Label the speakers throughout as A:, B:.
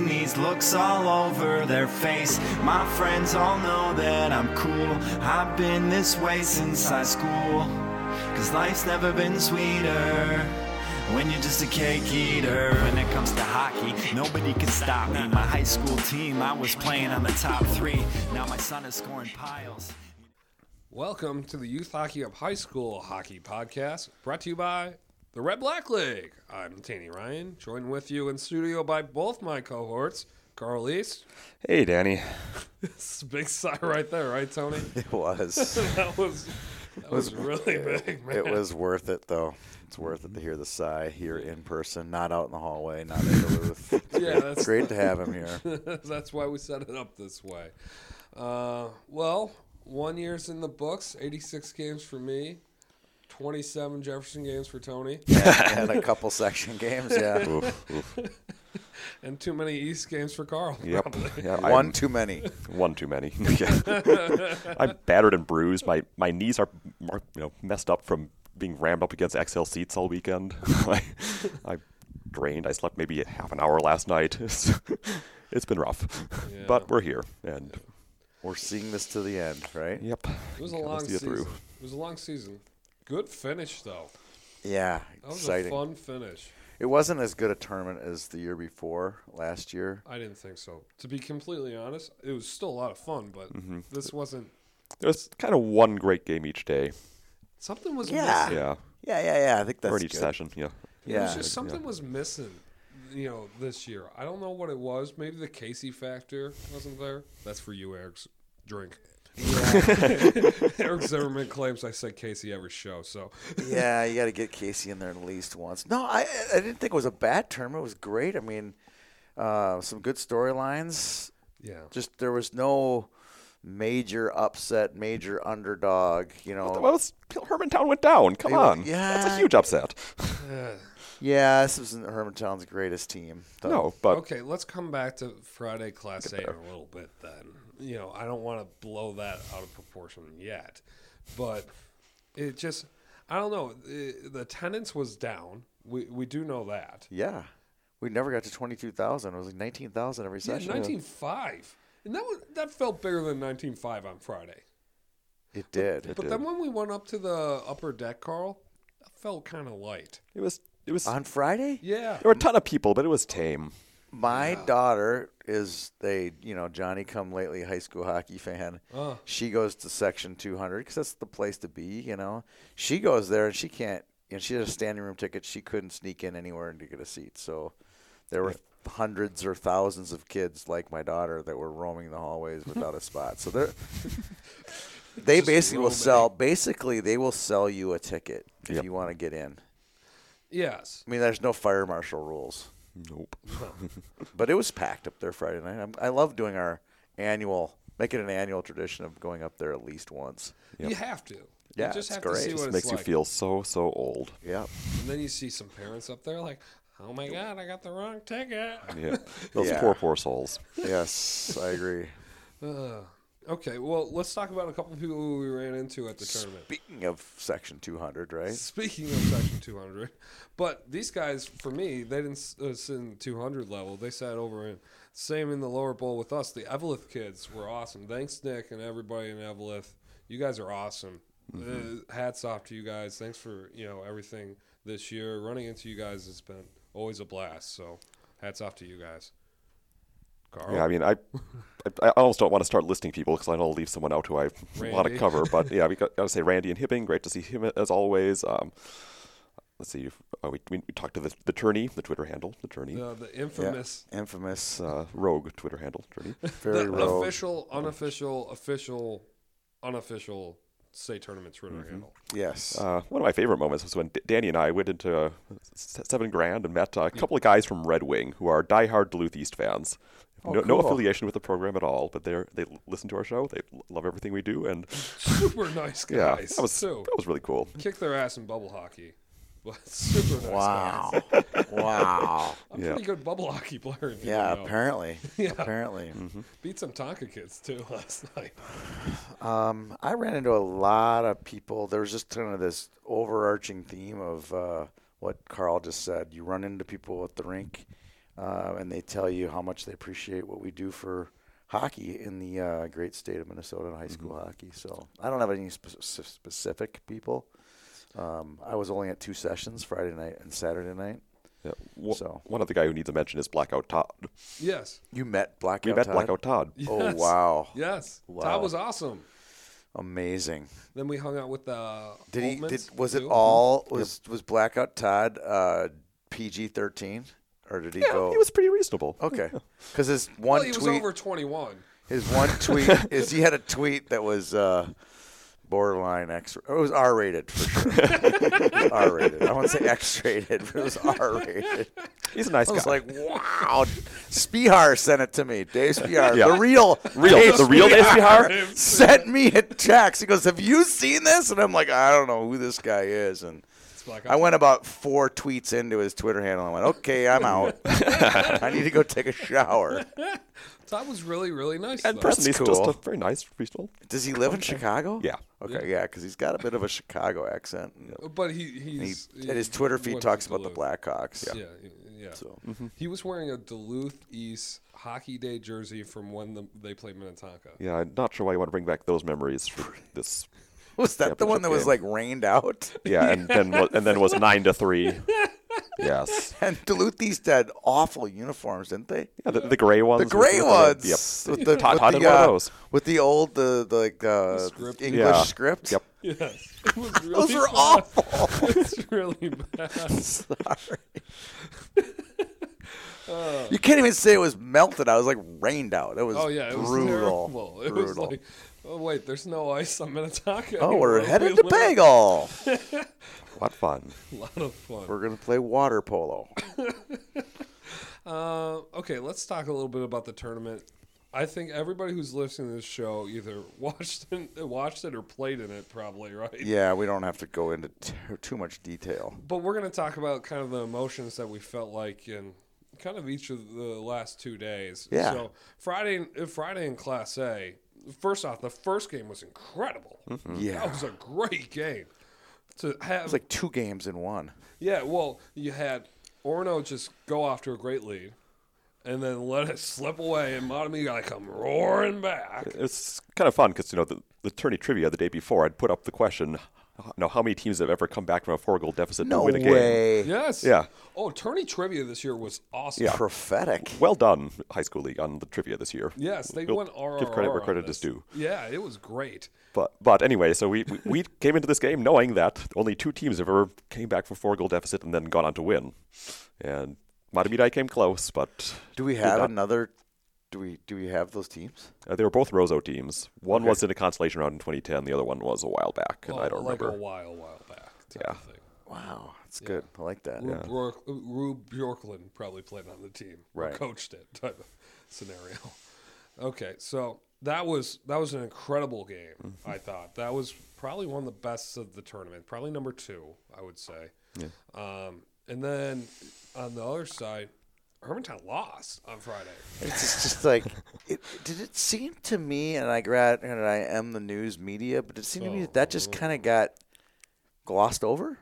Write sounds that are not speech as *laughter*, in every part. A: These looks all over their face. My friends all know that I'm cool. I've been this way since high school. Cause life's never been sweeter. When you're just a cake eater. When it comes to hockey, nobody can stop me. My high school team, I was playing on the top three. Now my son is scoring piles.
B: Welcome to the Youth Hockey Up High School Hockey Podcast, brought to you by the Red Black League. I'm Tanny Ryan, joined with you in studio by both my cohorts, Carl East.
C: Hey, Danny.
B: It's a big sigh right there, right, Tony? *laughs*
C: It was.
B: That was that was really big, man.
C: it was worth it, though. It's worth it to hear the sigh here in person, not out in the hallway, not in Duluth. It's
B: Yeah,
C: great-
B: that's-
C: great to have him here. *laughs*
B: *laughs* That's why we set it up this way. Uh, well, one year's in the books, 86 games for me, 27 Jefferson games for Tony,
C: and, and a couple section games, yeah.
D: Oof, oof.
B: and too many East games for Carl. *laughs*
D: Yep. Yeah, I'm
C: One too many.
D: one too many. *laughs* Yeah. *laughs* I'm battered and bruised. My my knees are mar- you know messed up from being rammed up against XL seats all weekend. *laughs* I, I drained. I slept maybe a half an hour last night. *laughs* It's, it's been rough, *laughs*
B: Yeah.
D: but we're here. And
C: We're seeing this to the end, right?
D: yep,
B: It was a
D: Gotta
B: long
D: see it
B: season.
D: through.
B: It was a long season. Good finish though.
C: Yeah,
B: That was
C: exciting.
B: a fun finish.
C: It wasn't as good a tournament as the year before, last year.
B: I didn't think so. To be completely honest, it was still a lot of fun, but
C: Mm-hmm.
B: this wasn't.
D: there's kind of one great game each day.
B: Something was
C: Yeah.
B: missing.
D: Yeah,
C: Yeah, yeah, yeah. I think that's
D: or in each
C: good.
D: session. Yeah,
B: It was
C: Yeah.
B: just something was missing. You know, this year I don't know what it was. Maybe the Casey factor wasn't there. That's for you, Eric's drink. *laughs* Eric Zimmerman claims I said Casey every show, so
C: yeah, you got to get Casey in there at least once. No, I I didn't think it was a bad tournament. It was great. I mean, uh, some good storylines.
B: yeah.
C: Just there was no major upset, major underdog. You
B: Oh.
C: know.
D: well, it's, Hermantown went down. Come
C: They-
D: on, that's
C: yeah.
D: a huge upset.
C: yeah, this isn't Hermantown's greatest team. though.
D: No, but
B: Okay, let's come back to Friday Class A in a little bit then. You know, I don't want to blow that out of proportion yet, but it just, I don't know. The the attendance was down. We, we do know that.
C: Yeah, we never got to twenty-two thousand. It was like nineteen thousand every
B: Yeah,
C: session.
B: 19.5. And that, was, that felt bigger than 19.5 on Friday.
C: It did.
B: But then when we went up to the upper deck, Carl, it felt kind of light.
D: it was it was
C: On Friday,
B: Yeah.
D: there were a ton of people, but it was tame.
C: My daughter is a you know Johnny come lately high school hockey fan.
B: Oh.
C: She goes to section 200 because that's the place to be. You know, she goes there and she can't. You know, she had a standing room ticket. She couldn't sneak in anywhere and to get a seat. So there were hundreds or thousands of kids like my daughter that were roaming the hallways without
B: *laughs*
C: a spot. So they're. They
B: Just
C: basically will
B: roaming.
C: sell. Basically, they will sell you a ticket if you want to get in.
B: Yes.
C: I mean, there's no fire marshal rules.
D: Nope.
C: But it was packed up there Friday night. I'm, I love doing our annual, make it an annual tradition of going up there at least once.
B: You have to.
C: Yeah,
B: you just
C: it's
B: have to
C: great.
B: see
C: Just
B: what it's
D: makes
B: like.
D: you feel so so old.
C: *laughs* Yeah.
B: And then you see some parents up there like, oh my God, I got the wrong ticket. *laughs*
D: Yeah, those
C: Yeah.
D: poor poor souls.
C: yes, I agree.
B: Okay, well, let's talk about a couple people who we ran into at the tournament.
C: Speaking of Section 200, right?
B: Speaking of Section 200, but these guys, for me, they didn't s- uh, sit in 200 level. They sat over in, same in the lower bowl with us. The Eveleth kids were awesome. Thanks, Nick, and everybody in Eveleth. You guys are awesome. Uh, hats off to you guys. Thanks for, you know, everything this year. Running into you guys has been always a blast. So, hats off to you guys. Carl?
D: Yeah, I mean, I, I, I almost don't want to start listing people because I know I'll leave someone out who I want
B: Randy.
D: to cover. But yeah, we got, got to say Randy and Hibbing. Great to see him as always. Um, let's see, if, uh, we, we we talked to the the tourney, the Twitter handle, the tourney,
B: Uh, the infamous
C: Yeah. Infamous.
D: uh, rogue Twitter handle, tourney.
B: *laughs*
C: Very
B: the
C: rogue.
B: official, unofficial, official, unofficial state tournament Twitter
C: Mm-hmm.
B: handle. *laughs*
C: Yes.
D: Uh, one of my favorite moments was when D- Danny and I went into uh, S- Seven Grand and met uh, a couple of guys from Red Wing who are diehard Duluth East fans. no, no
C: Oh, cool.
D: affiliation with the program at all, but they are they l- listen to our show. They l- love everything we do, and
B: Super nice
D: yeah,
B: guys.
D: that was
B: too.
D: that was really cool.
B: Kick their ass in bubble hockey. *laughs* But super nice
C: wow.
B: *laughs* guys.
C: wow.
B: I'm
D: Yeah.
B: pretty good bubble hockey player. if you
C: Yeah,
B: didn't know. *laughs*
C: apparently. Apparently. Mm-hmm.
B: Beat some Tonka kids too *laughs* last night.
C: Um, I ran into a lot of people. There was just kind of this overarching theme of uh, what Carl just said. You run into people at the rink. uh, and they tell you how much they appreciate what we do for hockey in the uh, great state of Minnesota and high school hockey. So I don't have any spe- spe- specific people. Um, I was only at two sessions, Friday night and Saturday night.
D: Yeah. Wo-
C: So.
D: One other guy who needs a mention is Blackout Todd.
B: Yes.
C: You met Blackout.
D: We met
C: Todd?
D: Blackout Todd.
C: Oh
B: Yes.
C: wow!
B: Yes.
C: Wow.
B: Todd was awesome.
C: Amazing.
B: Then we hung out with the.
C: Did he? Did,
B: Holtmans,
C: was it
B: too.
C: all?
B: Mm-hmm.
C: Was was Blackout Todd uh, PG thirteen, or did he
D: Yeah,
C: go?
D: *laughs* he was pretty reasonable.
C: *laughs* okay.
B: *laughs*
C: Because his one
B: Well, he was
C: tweet,
B: over 21.
C: his
B: *laughs*
C: one tweet is he had a tweet that was uh, borderline X. It was R rated for sure. *laughs* R rated. I won't say X rated, but it was R
B: *laughs*
C: rated.
D: He's a nice
C: I
D: guy.
C: was like, wow. Spihar sent it to me. Dave Spihar,
D: Yeah.
C: the real,
D: Real-
C: Dave
D: the real Dave Spihar.
C: sent me a text. He goes, "Have you seen this?" And I'm like, "I don't know who this guy is." And
B: Black
C: I went about four tweets into his Twitter handle and went, "Okay, I'm
D: *laughs*
C: out. I need to go take a shower."
B: Todd was really, really nice.
D: and
B: though.
D: person, he's
C: That's
D: just
C: cool.
D: a very nice, reasonable.
C: Does he live in Chicago?
D: Yeah.
C: Okay, yeah, because he's got a bit of a Chicago accent. and
B: But he
C: He,
B: he's,
C: and his Twitter feed
B: went
C: talks
B: to
C: about the
B: Duluth.
C: Blackhawks.
B: Yeah, yeah.
C: Mm-hmm.
B: He was wearing a Duluth East Hockey Day jersey from when the, they played Minnetonka.
D: Yeah, I'm not sure why you want to bring back those
C: *laughs*
D: memories for this.
C: *laughs* Was that the one that was like
D: Championship
C: rained out? *laughs*
D: Yeah, and then wa- and then was nine to three. Yes.
C: And Duluth East had awful uniforms, didn't they?
D: Yeah, the, the gray ones.
C: The gray
D: with
C: ones.
D: the- Yep. *laughs*
C: With the,
D: Todd,
C: with
D: Todd
C: the,
D: had one
C: uh,
D: of those.
C: With the old the, the like uh,
B: script.
C: English
D: Yeah.
C: script.
D: Yep.
B: Yes, *laughs* it was really
C: Those were
B: bad.
D: *laughs*
C: awful.
B: *laughs* It's really bad.
C: Sorry. you can't even say it was melted out. It was like rained out. It was
B: Oh yeah, it was
C: brutal.
B: terrible. *laughs* It was
C: brutal.
B: like, oh wait, there's no ice on Minnetonka. *laughs*
C: oh,
B: anymore.
C: we're
B: We
C: headed to
B: live- *laughs*
C: Bagel.
D: What fun.
B: A lot of fun.
C: we're gonna play water polo.
B: Uh, okay, let's talk a little bit about the tournament. I think everybody who's listening to this show either *laughs* watched it, watched it or played in it, probably right.
C: Yeah, we don't have to go into t- too much detail.
B: But we're going to talk about kind of the emotions that we felt like in kind of each of the last two days.
C: Yeah.
B: So Friday, uh, Friday in Class A. First off, the first game was incredible.
D: Mm-hmm.
C: Yeah,
B: That
C: it
B: was a great game. To have,
C: was like two games in one.
B: yeah. Well, you had Orno just go off to a great lead, and then let it slip away, and Matamidi got to come roaring back.
D: It's kind of fun because you know the, the tourney trivia the day before I'd put up the question, you know, how many teams have ever come back from a four goal deficit
C: No
D: to win a game?
C: way.
B: Yes.
D: Yeah.
B: Oh, tourney trivia this year was awesome.
C: Prophetic.
D: Well done, high school league on the trivia this year.
B: Yes, they
D: We'll
B: won RRR.
D: Give credit where
B: on
D: credit
B: this.
D: is due.
B: Yeah, it was great.
D: But but anyway, so we, we, we *laughs* came into this game knowing that only two teams have ever came back from four goal deficit and then gone on to win, and Matamidai came close, but
C: Do we have another? Do we do we have those teams?
D: uh, they were both Roseau teams. One was in a consolation round in 2010. The other one was a while back, and I don't
B: like
D: remember.
B: a while, while back. Type
D: Yeah.
B: Of thing.
C: Wow, that's good. I like that.
B: Rube, Bjork- Rube Bjorklund probably played on the team, or
C: Right.
B: coached it type of scenario. Okay, so that was that was an incredible game. I thought that was probably one of the best of the tournament, probably number two, I would say. Um, and then on the other side, Hermantown lost on Friday.
C: It's just, just like, it, did it seem to me, and I grad, and I am the news media, but it seemed
B: Oh,
C: to me that that just kind of got glossed over.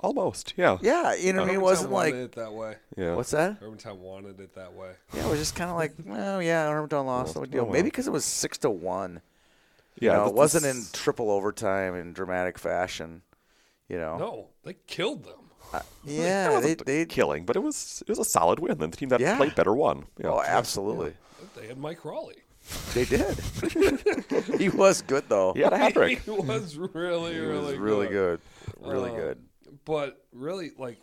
D: Almost, yeah.
C: Yeah, you know, what I mean, it wasn't
B: Hermantown wanted
C: like
B: it that way.
D: Yeah.
C: what's that?
B: Hermantown wanted it that way.
C: Yeah, it was just kind of like, well, yeah, Armington lost, no big deal.
D: well.
C: Maybe because it was six to one.
D: yeah,
C: you know,
D: this-
C: it wasn't in
D: this-
C: triple overtime in dramatic fashion. You know,
B: No, they killed them. *laughs*
D: It
C: yeah, they,
D: wasn't
C: they,
D: killing, but it was it was a solid win. And the team that
C: Yeah.
D: played better won. Yeah.
C: oh, absolutely,
B: They had Mike Crawley.
C: they *laughs* did. he was good though.
D: he
B: *laughs*
C: *laughs*
D: had a hat trick.
B: He was really,
C: he
B: really,
C: was really
B: good.
C: good, really
B: Uh,
C: good.
B: But really, like,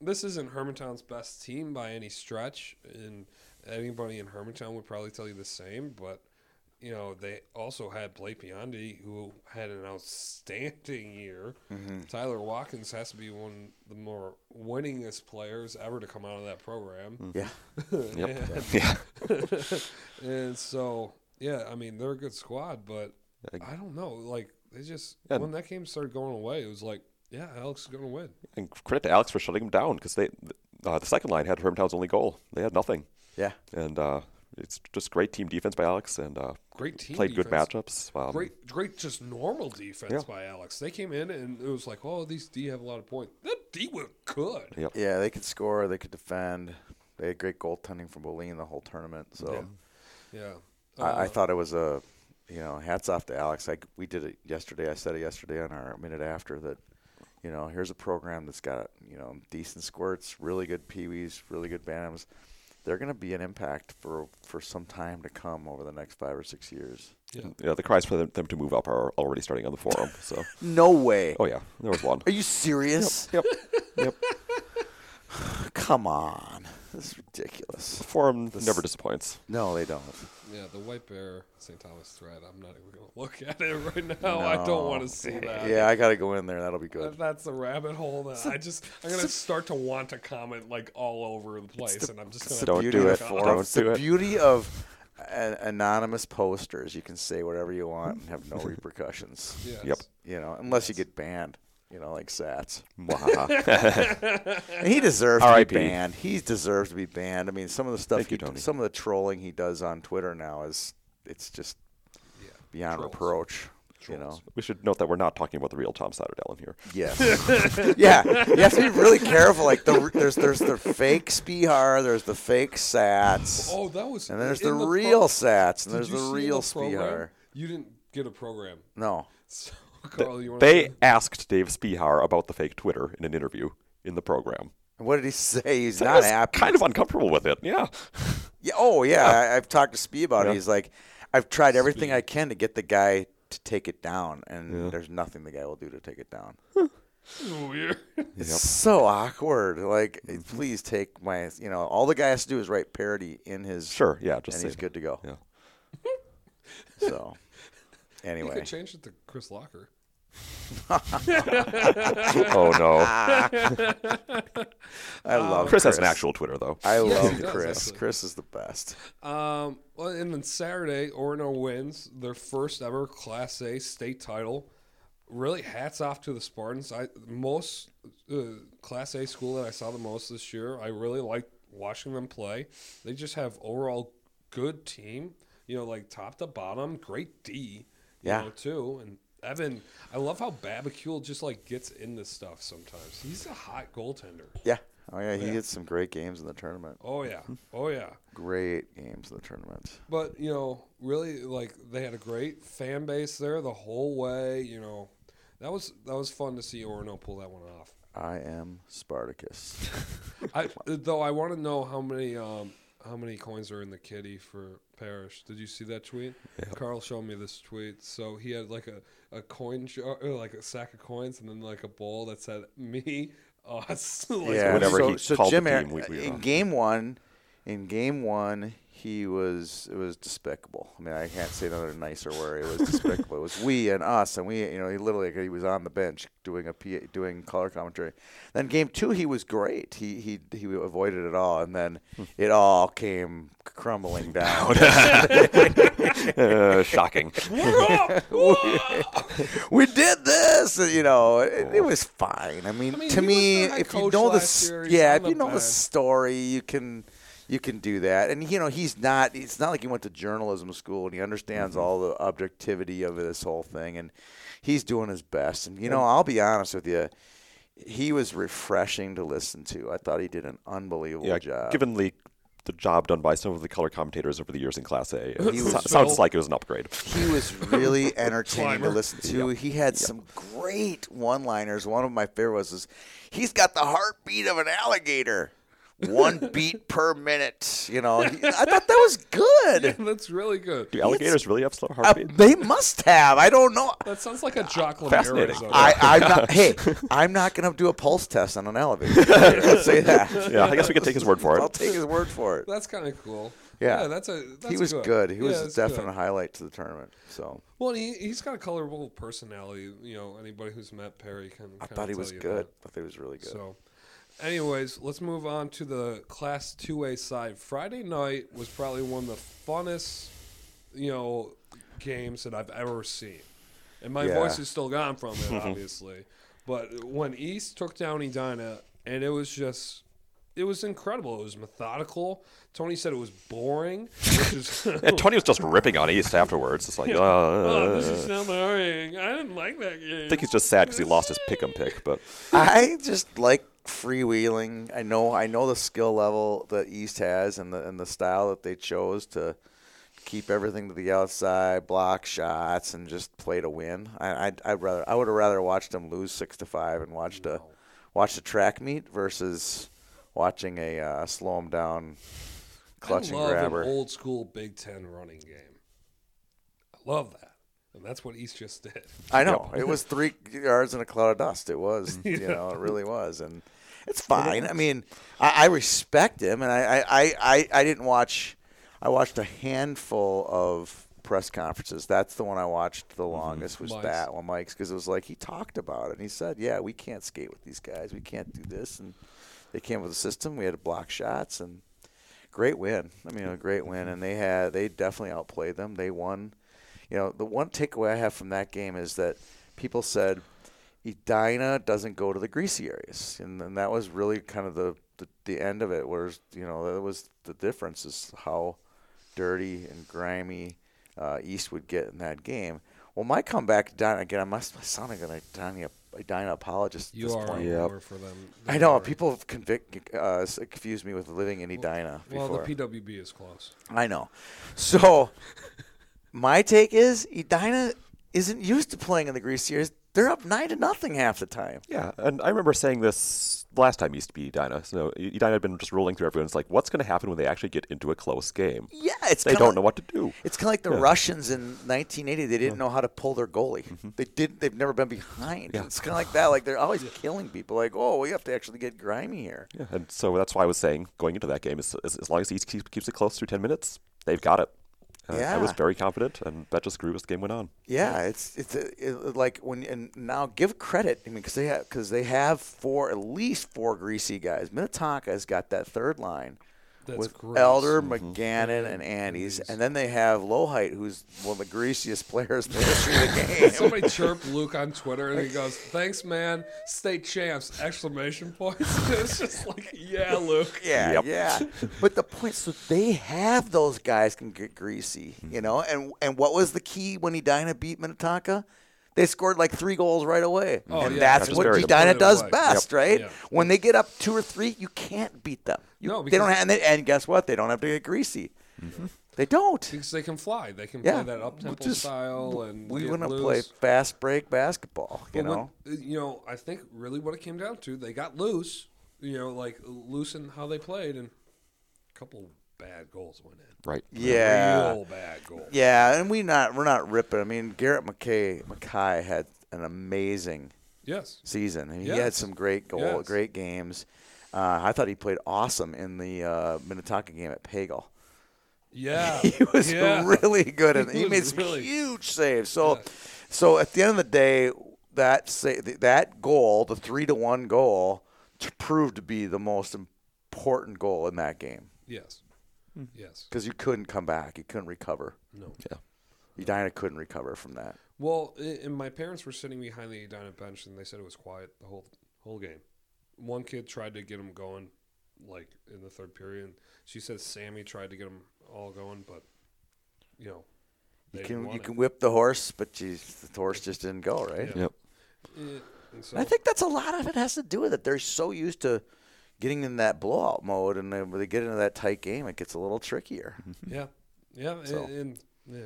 B: this isn't Hermantown's best team by any stretch, and anybody in Hermantown would probably tell you the same. But you know, they also had Blake Biondi, who had an outstanding year.
C: Mm-hmm.
B: Tyler Watkins has to be one of the more winningest players ever to come out of that program.
C: Yeah.
D: Yep. *laughs* yeah.
B: And so, yeah, I mean, they're a good squad, but I don't know. Like, they just,
D: Yeah.
B: when that game started going away, it was like, yeah, Alex is going to win.
D: And credit to Alex for shutting him down because they uh, the second line had Hermtown's only goal. They had nothing,
C: Yeah.
D: and uh, it's just great team defense by Alex and uh,
B: Great team.
D: played good
B: defense.
D: matchups. Um,
B: Great, great, just normal defense
D: Yeah.
B: by Alex. They came in and it was like, oh, these D have a lot of points. That D were good.
D: Yep.
C: Yeah, they could score, they could defend, They had great goaltending from Boleyn the whole tournament. So
B: Yeah.
C: I, I
B: Uh,
C: thought it was a, you know, hats off to Alex. I, we did it yesterday. I said it yesterday on our minute after that, you know, here's a program that's got, you know, decent squirts, really good peewees, really good bantams. They're going to be an impact for, for some time to come over the next five or six years.
B: yeah.
D: You know, the cries for them, them to move up are already starting on the forum. So,
C: No way.
D: oh yeah, there was one.
C: Are you serious?
D: Yep,
C: *laughs*
D: yep.
C: Come on. This is ridiculous.
D: The forum never disappoints.
C: No, they don't.
B: Yeah, the White Bear St. Thomas thread. I'm not even going to look at it *laughs* right now. Oh, I don't want to see that.
C: Yeah, I got to go in there. That'll be
B: That-
C: good.
B: That's a rabbit hole that I just I'm gonna start to want to comment like all over the place, and I'm just gonna
D: Don't
C: beauty
D: do
C: of
D: it.
C: forums.
D: Don't
C: That's
D: do
C: the
D: it.
C: beauty of an anonymous posters. You can say whatever you want and have no repercussions.
B: Yes.
D: Yep.
C: You know, unless you get banned. You know, like Sats.
D: Mwahaha.
C: And *laughs* he deserves to be
D: R.I.P..
C: banned. He deserves to be banned. I mean, some of the stuff,
D: Thank
C: he,
D: you, Tony.
C: some of the trolling he does on Twitter now is it's just
B: Yeah.
C: beyond
B: Trolls.
C: reproach. You know,
D: we should note that we're not talking about the real Tom Satterdalen here.
C: Yes. *laughs* yeah. You have to be really careful. Like the, there's there's the fake Spihar, there's the fake Sats,
B: Oh, that was
C: and there's
B: in
C: the,
B: pro-
C: real Sats,
B: Did
C: and there's
B: you
C: the
B: see
C: real
B: program?
C: Spihar.
B: You didn't get a program, *laughs*
C: No.
B: so Carl, you want
D: They asked Dave Spihar about the fake Twitter in an interview in the program.
C: And What did he *laughs* say? He's
D: I
C: not
D: was
C: happy.
D: Kind of uncomfortable with it. Yeah. *laughs*
C: Yeah, oh yeah, I, I've talked to Spee about it. He's like, I've tried everything I can to get the guy to take it down, and there's nothing the guy will do to take it down.
B: weird?
C: It's so awkward. Like, please take my, you know, all the guy has to do is write parody in his
D: Sure. Yeah. Just
C: and
D: say
C: he's
D: that.
C: good to go.
D: Yeah.
C: So,
B: You
C: anyway,
B: could change it to Chris Locker.
D: Oh
C: *laughs* Ah,
D: no.
C: I love
D: Chris has an actual Twitter though. *laughs*
C: I love
B: does,
C: Chris.
B: actually.
C: Chris is the best.
B: Um, well, and then Saturday, Orono wins their first ever Class A state title. Really, hats off to the Spartans. I most uh, Class A school that I saw the most this year. I really liked watching them play. They just have overall good team. You know, like top to bottom, great D. You
C: Yeah.
B: know, too. And Evan, I love how Babacule just like gets into stuff sometimes. He's a hot goaltender.
C: Yeah. Oh yeah, he hit some great games in the tournament.
B: Oh yeah, oh yeah.
C: Great games in the tournament.
B: But you know, really, like they had a great fan base there the whole way. You know, that was that was fun to see Orono pull that one
C: *laughs*
B: off.
C: I am Spartacus.
B: I, though I want to know how many um, how many coins are in the kitty for Parrish. Did you see that tweet? Carl showed me this tweet. So he had like a a coin jar, or like a sack of coins, and then like a bowl that said me us. *laughs* like,
C: yeah.
D: whenever
C: so,
D: he
C: so
D: called the
C: Jim Ar-
D: team, we- we were
C: in
D: on.
C: game one, in game one, he was it was despicable. I mean, I can't say another nicer word. It was despicable. it was we and us, and we. You know, he literally he was on the bench doing a P, doing color commentary. Then game two, he was great. He he he avoided it all, and then it all came crumbling down. *laughs*
D: Uh, shocking.
C: we did this. and, You know, it, it was fine. I mean,
B: Oh. I mean, he was
C: to me,
B: the head
C: if you
B: coach
C: know the
B: last
C: s-
B: year, he's
C: yeah,
B: on
C: if
B: the
C: you know the
B: bench.
C: story, you can you can do that. And you know, he's not. It's not like he went to journalism school and he understands
B: Mm-hmm.
C: all the objectivity of this whole thing. And he's doing his best. And you know, I'll be honest with you. He was refreshing to listen to. I thought he did an unbelievable
D: Yeah.
C: job.
D: Given the the job done by some of the color commentators over the years in Class A, it
C: was
D: so-
C: so-
D: sounds like it was an upgrade.
C: he was really entertaining
B: *laughs*
C: to
B: Climber.
C: listen to. He had some great one-liners. One of my favorite was is, "He's got the heartbeat of an alligator,
B: *laughs*
C: one beat per minute." You know, he, I thought that was good.
B: *laughs* that's really good.
D: Do alligators really have slow
C: Uh,
D: heartbeat?
C: they must have. I don't know.
B: That sounds like a Jock
D: Fascinating.
B: Lemaire.
C: Uh, I,
B: *laughs*
C: I'm not. hey, I'm not going to do a pulse test on an elevator. I'll say that.
D: yeah, I guess we could take his word for
C: I'll
D: it.
C: take his word for it.
B: That's kind of cool.
C: Yeah.
B: that's a. That's
C: he was
B: good.
C: good. He
B: Yeah,
C: was a
B: that's good.
C: definite highlight to the tournament. So
B: Well, he he's got a colorful personality. You know, anybody who's met Perry can.
C: I
B: kinda
C: thought he
B: tell
C: was
B: you
C: good.
B: that.
C: I thought he was really good.
B: So, anyways, let's move on to the Class Two A side. Friday night was probably one of the funnest, you know, games that I've ever seen, and my
C: Yeah.
B: voice is still gone from
C: *laughs*
B: it, obviously. But when East took down Edina, and it was just. It was incredible. It was methodical. Tony said it was boring, which
C: *laughs*
B: is *laughs*
C: Uh.
D: And Tony was just ripping on East afterwards. It's like, uh,
B: Oh, this
D: I
B: is so boring. I didn't like that game.
D: think he's just sad because he lost his pick'em pick. But
C: I just like freewheeling. I know I know the skill level that East has and the and the style that they chose to keep everything to the outside, block shots, and just play to win. I I'd, I'd rather I would have rather watched them lose six to five and watched a watched a track meet versus watching a uh, slow them down clutch
B: I
C: and
B: love
C: grabber.
B: an old school Big Ten running game. I love that, and that's what East just did.
C: I know it was three yards in a cloud of dust. It was, you know, it really was, and it's fine. I mean, I, I respect him, and I, I, I, I, I didn't watch. I watched a handful of press conferences. That's the one I watched the longest. Was
B: Mike's.
C: that one, Mike's? Because it was like he talked about it, and he said, "Yeah, we can't skate with these guys. We can't do this." And they came up with a system. We had to block shots, and great win. I mean, a great win, and they had they definitely outplayed them. They won. You know, the one takeaway I have from that game is that people said Edina doesn't go to the greasy areas, and, and that was really kind of the, the the end of it. Whereas you know that was the difference is how dirty and grimy uh, East would get in that game. Well, my comeback to Edina again. I must I sound like an Edina, Edina apologist. At
B: You
C: this
B: are
C: point.
B: a
D: Yep.
B: homer for them.
C: I know people have convic- uh, s- confused me with living in Edina
B: Well,
C: before.
B: the PWB is close.
C: I know. So my take is Edina isn't used to playing in the grease series. They're up nine to nothing half the time.
D: Yeah, and I remember saying this last time used to be Edina. So E-, Edina had been just rolling through everyone. It's like, what's going to happen when they actually get into a close game?
C: Yeah, it's
D: They
C: kinda-
D: don't know what to do.
C: It's kind of like the Russians in 1980. They didn't know how to pull their goalie.
D: Mm-hmm.
C: They did. They've never been behind. It's kind of like that. Like they're always killing people. Like, oh, we have to actually get grimy here.
D: Yeah, and so that's why I was saying going into that game, as, as, as long as East keeps, keeps it close through 10 minutes, they've got it. Uh, I was
C: Yeah.
D: very confident, and that just grew as the game went on.
C: Yeah, it's it's uh it, like when and now give credit. I mean, because they have because they have four at least four greasy guys. Minnetonka's got that third line
B: That's
C: with
B: gross.
C: Elder, McGannon, and Andes, and then they have Lowhite, who's one of the greasiest players *laughs* in the history of the game.
B: Somebody chirped Luke on Twitter, and he goes, "Thanks, man. State champs!" Exclamation points. *laughs* it's just like, yeah, Luke.
C: Yeah,
D: Yep.
C: yeah. But the point, so they have those guys can get greasy, you know. And and what was the key when Edina beat Minnetonka? They scored like three goals right away,
B: Oh,
C: and
B: yeah.
C: that's
D: Just
C: what
D: buried 'em.
C: Edina
B: Put it
C: does
B: away.
C: best,
D: Yep.
C: right?
B: Yeah.
C: When they get up two or three, you can't beat them. You-
B: No,
C: they don't.
B: because-
C: Have, and, they, and guess what? They don't have to get greasy. They don't.
B: Because they can fly. They can
C: Yeah,
B: play that up tempo
C: just-
B: style, and
C: We
B: get
C: want to
B: loose.
C: play fast break basketball, you
B: But
C: know.
B: when- you know, I think really what it came down to, they got loose. You know, like loose in how they played, and a couple bad goals went in.
D: Right.
C: yeah,
B: Real bad goals.
C: yeah. And we not we're not ripping. I mean, Garrett McKay McKay had an amazing
B: Yes.
C: *laughs* season. I mean, He had
B: Yes.
C: some great goal,
B: Yes.
C: great games. Uh, I thought he played awesome in the uh, Minnetonka game at Pagel. *laughs*
B: Yeah.
C: He was
B: yeah.
C: really good, and he,
B: He was
C: made some
B: really-
C: huge saves. So, so at the end of the day, that sa- that goal, the three to one goal, t- proved to be the most important goal in that game
B: Yes. Yes.
C: because you couldn't come back, you couldn't recover.
B: No.
D: Yeah.
C: Edina couldn't recover from that.
B: Well, i and my parents were sitting behind the Edina bench, and they said it was quiet the whole whole game. One kid tried to get him going, like in the third period. And she said Sammy tried to get them all going, but you know, they didn't
C: You can
B: want
C: you
B: it.
C: can whip the horse, but you, the horse just didn't go right.
B: Yeah.
D: Yep.
B: Eh, and so,
C: And I think that's a lot of it has to do with it. They're so used to getting in that blowout mode, and then when they get into that tight game, it gets a little
D: *laughs*
C: trickier.
B: yeah, yeah, and-
C: So.
B: and, yeah.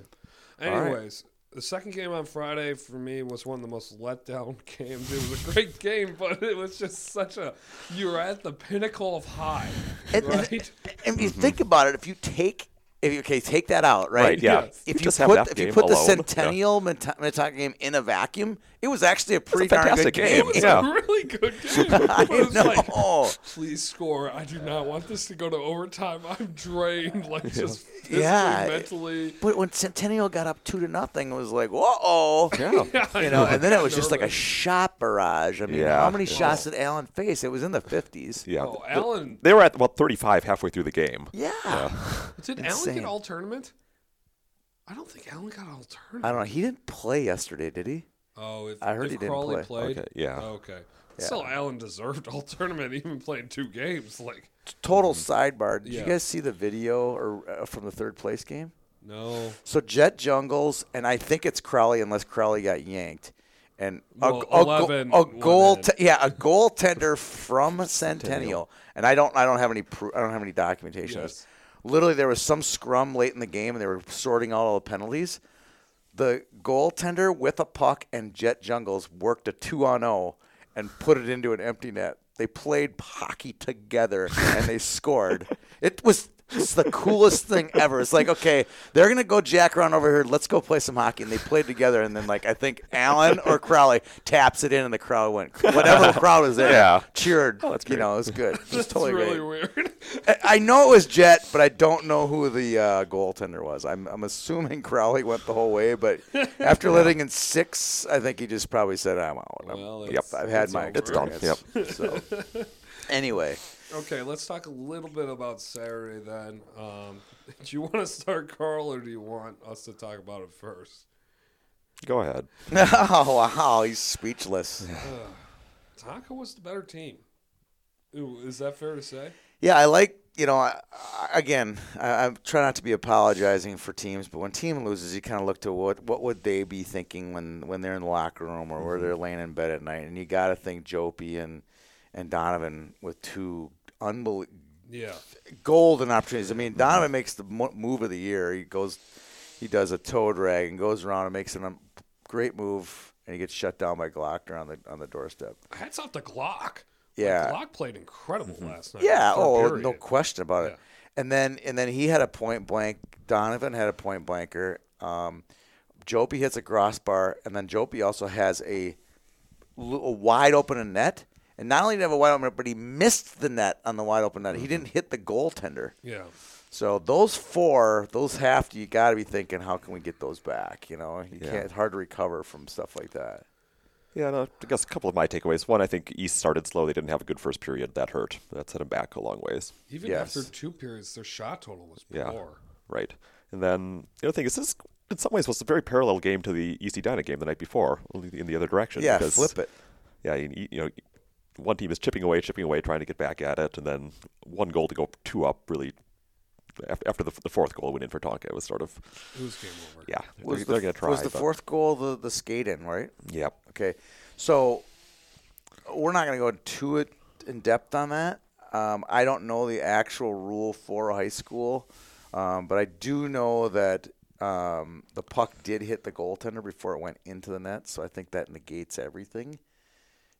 C: All right.
B: Anyways, the second game on Friday for me was one of the most letdown *laughs* games. It was a great game, but it was just such a you were at the pinnacle of high,
C: And,
B: right?
C: and, and if you think about it, if you take if you, okay, take that out, right?
D: Mm-hmm. Right, yeah.
B: Yes.
D: You
C: If you,
D: just have
C: put
D: that
C: if you
D: game
C: put the
D: alone.
C: Centennial Minto- Minnetonka game in a vacuum, it was actually a pretty darn good
D: fantastic
C: game.
B: It was
D: Yeah.
B: a really
C: *laughs*
B: good game. But it was like,
C: know.
B: please score. I do not want this to go to overtime. I'm drained, like just physically,
C: Yeah.
B: mentally.
C: But when Centennial got up two to nothing, it was like, whoa, oh,
D: Yeah.
C: *laughs* you know. And then it was just like a
D: *laughs*
B: nervous.
C: shot barrage. I mean,
D: Yeah.
C: how many shots did Allen face? It was in the fifties.
D: Yeah.
B: Oh,
D: Th-
B: Allen!
D: They were at about 35 halfway through the game.
C: yeah.
B: Did Allen
C: insane.
B: get all tournament? I don't think Allen got all tournament.
C: I don't know. He didn't play yesterday, did he?
B: Oh, if,
C: I heard
B: if
C: he didn't
B: Crawley
C: play.
B: played, Oh,
D: Okay, yeah.
B: okay. Still, Allen deserved all *laughs* tournament, even playing two games. Like,
C: Total sidebar. Did
B: Mm-hmm. Yeah.
C: you guys see the video or uh, from the third place game?
B: no,
C: So Jet Jungles, and I think it's Crowley, unless Crowley got yanked, and a,
B: Well,
C: a, go-
B: 11
C: a goal,
B: women.
C: te- yeah,
B: *laughs*
C: a goaltender from Centennial, and I don't, I don't have any, pro- I don't have any documentation. of
B: Yes.
C: this. Literally, there was some scrum late in the game, and they were sorting out all the penalties. The goaltender with a puck and Jet Jungles worked a two on zero and put it into an empty net. They played hockey together and
D: *laughs*
C: they scored. It was. It's the coolest thing ever. It's like, okay, they're gonna go jack around over here. Let's go play some hockey. And they played together. And then, like, I think Allen or Crowley taps it in, and the crowd went.
D: *laughs*
C: Whatever crowd was there,
D: Yeah.
C: cheered.
D: Oh, that's
C: you
D: great.
C: know, it was good. It was totally
B: it's really
C: great.
B: weird.
C: *laughs* I- I know it was Jet, but I don't know who the uh, goaltender was. I'm, I'm assuming *laughs* Crowley went the whole
B: *laughs*
C: way, but after letting in six, I think he just probably said, "I'm out. I'm-
B: Well,
C: Um, yep,
B: it's-
C: I've had
B: it's
C: my
B: over.
D: It's done,
C: experience." So,
B: *laughs*
D: *laughs*
C: anyway, *laughs*
B: okay, let's talk a little bit about Saturday then. Um, *laughs* do you want to start, Carl, or do you want us to talk about it first?
D: Go ahead.
C: oh wow, he's speechless.
B: Tonka was the better team. Ooh, is that fair to say?
C: Yeah, I like you know. I, I- again, I, I try not to be apologizing for teams, but when team loses, you kind of look to what what would they be thinking when when they're in the locker room or where they're laying in bed at night, and you got to think Jopie and and Donovan with two unbelievable
B: Yeah.
C: golden opportunities. I mean, Donovan makes the mo- move of the year. He goes, he does a toe drag and goes around and makes a great move, and he gets shut down by Glockner on the on the doorstep.
B: Hats off to Glock.
C: Yeah. Mm-hmm.
B: Like, Glock played incredible last night.
C: Yeah.
B: Third
C: Oh,
B: period.
C: no question about it.
B: Yeah.
C: And then and then he had a point blank. Donovan had a point blanker. Um, Jopi hits a crossbar, and then Jopi also has a, l- a wide open net. And not only did he have a wide open net, but he missed the net on the wide open net. He didn't hit the goaltender.
B: Yeah.
C: So those four, those half, you got to be thinking, how can we get those back? You know, you can't. It's hard to recover from stuff like that.
D: Yeah, no, I guess a couple of my takeaways. One, I think East started slow. They didn't have a good first period. That hurt. That set them back a long ways.
B: Even
C: Yes.
B: after two periods, their shot total was
D: Yeah.
B: poor.
D: Right. And then the other thing is this, in some ways, was a very parallel game to the East Edina game the night before, only in the other direction.
C: Yeah,
D: because,
C: flip it.
D: Yeah, you, you know, one team is chipping away, chipping away, trying to get back at it, and then one goal to go two up really. af- After the, the fourth goal went in for Tonka, it was sort of,
B: It was game over.
D: yeah,
C: Was
D: they're,
C: the,
D: they're going to try.
C: was the
D: but-
C: fourth goal the the skate in right?
D: Yeah,
C: Okay, so we're not going to go too it- in depth on that. Um, I don't know the actual rule for a high school, um, but I do know that um, the puck did hit the goaltender before it went into the net, so I think that negates everything.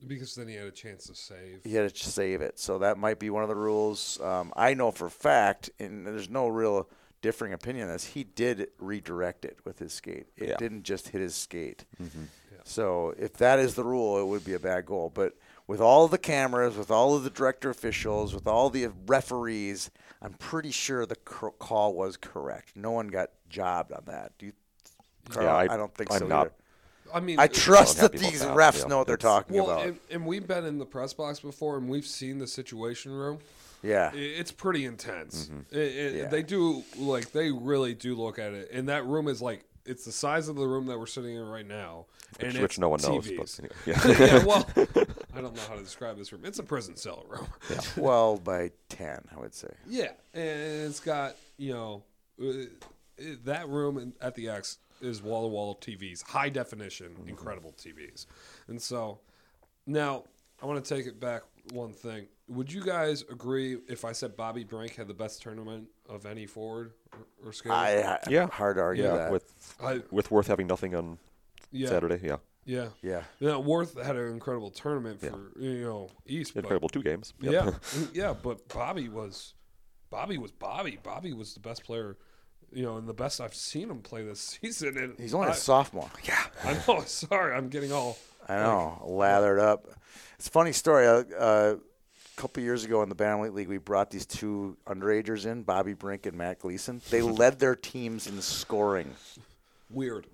B: Because then he had a chance to save.
C: you had to save it. So that might be one of the rules. Um, I know for a fact, and there's no real differing opinion on this, he did redirect it with his skate. It
D: Yeah. Mm-hmm.
C: didn't just hit his skate. So if that is the rule, it would be a bad goal. But with all of the cameras, with all of the director officials, with all the referees, I'm pretty sure the cor- call was correct. No one got jobbed on that. Do you, Carl?
D: Yeah,
C: I,
D: I-
C: don't think
D: I'm
C: so
D: not-
C: either.
B: I mean,
C: I trust that
D: don't have people
C: these
D: that,
C: refs
D: yeah.
C: know what they're
D: It's-
C: talking
B: well,
C: about.
B: and, and we've been in the press box before, and we've seen the situation room.
C: yeah.
D: Ah.
B: I- It's pretty intense.
D: Mm-hmm.
B: It, it,
C: Yeah.
B: They do like they really do look at it, and that room is like it's the size of the room that we're sitting in right now, and
D: which,
B: it's
D: which no one knows.
B: TVs.
D: But anyway,
B: *laughs*
D: yeah.
B: yeah,
D: *laughs*
B: well, I don't know how to describe this room. It's a prison cell room.
C: 12 by 10, I would say.
B: Yeah, and it's got you know uh, it- that room in- at the X is wall to wall TVs, high definition,
C: Mm-hmm.
B: incredible TVs, and so now I want to take it back one thing. Would you guys agree if I said Bobby Brink had the best tournament of any forward or, or skater?
C: I, I
D: Yeah.
C: hard to argue
D: yeah,
C: that.
D: with
B: I-
D: with Worth having nothing on
B: yeah,
D: Saturday. Yeah,
B: Yeah,
C: yeah,
B: Now, Worth had an incredible tournament for you know East. but-
D: incredible two games. Yep.
B: Yeah, yeah, but Bobby was, Bobby was Bobby. Bobby was the best player, you know, and the best I've seen him play this *laughs* season. And
C: he's only
B: I, Oh,
C: a sophomore. Yeah,
B: I know. *laughs* Sorry, I'm getting all.
C: I know, lathered up. It's a funny story. Uh, uh, a couple years ago in the Bantamweight League, we brought these two underagers in, Bobby Brink and Matt Gleason. They led their teams in scoring.
B: Weird.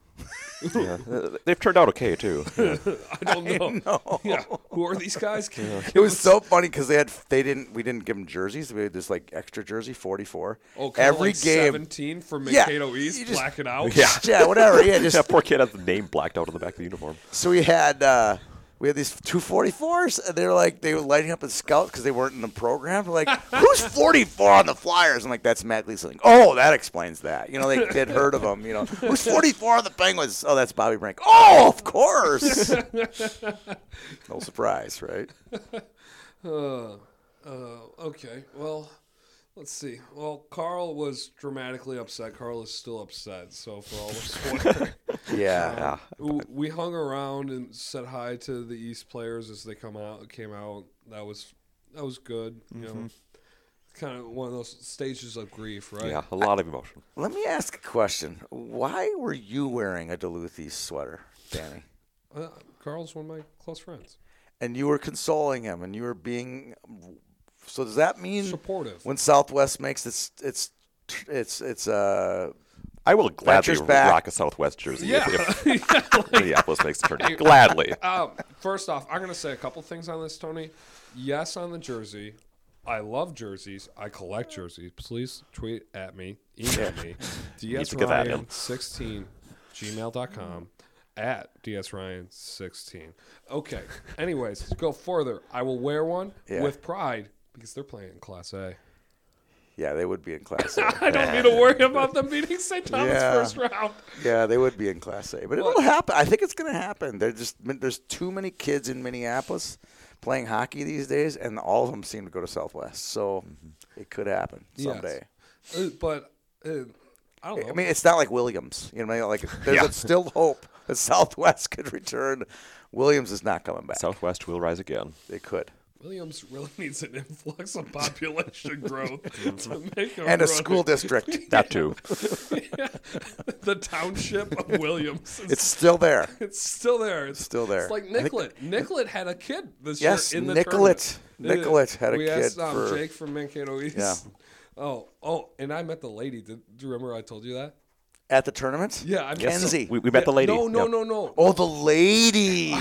D: Uh, They've turned out
C: *laughs*
D: okay too. Yeah.
B: I don't know. *laughs* Yeah, who are these
C: *laughs*
B: guys?
C: It was so funny because they had they didn't we didn't give them jerseys. We had this like extra jersey, forty four.
B: Oh, kinda
C: Every
B: like
C: game,
B: seventeen for
C: Yeah,
B: Mankato
C: you
B: East,
C: just-
B: black it out.
C: yeah, whatever. Yeah, just
D: that poor kid has the name blacked out on the back of the uniform.
C: So we had uh, we had these 244s, and they were like, they were lighting up as scouts because they weren't in the program. They're like, who's 44 on the Flyers? I'm like, that's Matt Gleason. Like, oh, that explains that. You know, they had heard of him. You know, who's 44 on the Penguins? Oh, that's Bobby Brink. Oh, of course. no surprise, right?
B: Uh, uh, okay. Well, let's see. Well, Carl was dramatically upset. Carl is still upset. So for
C: *laughs*
B: all of Twitter,
C: Yeah.
D: Yeah.
B: w- we hung around and said hi to the East players as they come out. Came out. That was that was good. You know, kind of one of those stages of grief, right?
D: Yeah, a lot of emotion.
C: Let me ask a question. Why were you wearing a Duluth East sweater, Danny?
B: Uh, Carl's one of my close friends.
C: and you were consoling him and you were being so does that mean
B: Supportive.
C: when southwest makes its its it's it's uh
D: I will gladly
C: Fletcher's back.
D: rock a Southwest jersey
B: Yeah.
C: *laughs*
D: if, if *laughs* Minneapolis makes the tournament. Gladly.
B: um, first off, I'm gonna say a couple things on this, Tony. Yes, on the jersey. I love jerseys. I collect jerseys. Please tweet at me, email me,
D: to get that in.
B: dsryan16 gmail.com at dsryan16. Okay. Anyways, to go further, I will wear one
C: Yeah.
B: with pride because they're playing in Class A.
C: yeah they would be in class a
B: *laughs* I don't need to worry about them beating St. Thomas
C: Yeah.
B: first round.
C: yeah they would be in class a but it'll happen i think it's going to happen there's just there's too many kids in minneapolis playing hockey these days and all of them seem to go to southwest so it could happen
B: Yes.
C: someday
B: Uh, But uh, I don't know.
C: I mean, it's not like Williams. You know, like there's
D: Yeah.
C: still hope that Southwest could return. Williams is not coming back.
D: Southwest will rise again.
C: They could.
B: Williams really *laughs* needs an influx of population growth to make
C: and a
B: run.
C: school
B: *laughs*
C: district.
D: That too.
B: the township
C: *laughs*
B: of Williams. Is,
C: It's
B: it's
C: still there.
B: still there. It's
C: still there.
B: It's like
C: I think-
B: Nicollet. Nicollet had a kid this
C: Yes,
B: year in the
C: Nicollet.
B: tournament.
C: Nicollet had a
B: we
C: kid
B: asked, um,
C: for-
B: Jake from Mankato East.
C: Yeah.
B: *laughs* Oh, oh, and I met the lady. Did, do you remember I told you that?
C: At the tournament?
B: Yeah, I met
C: Yes,
B: some-
C: Kenzie.
D: We, we met the lady.
B: No, no,
D: Yep.
B: no, no.
C: Oh, the lady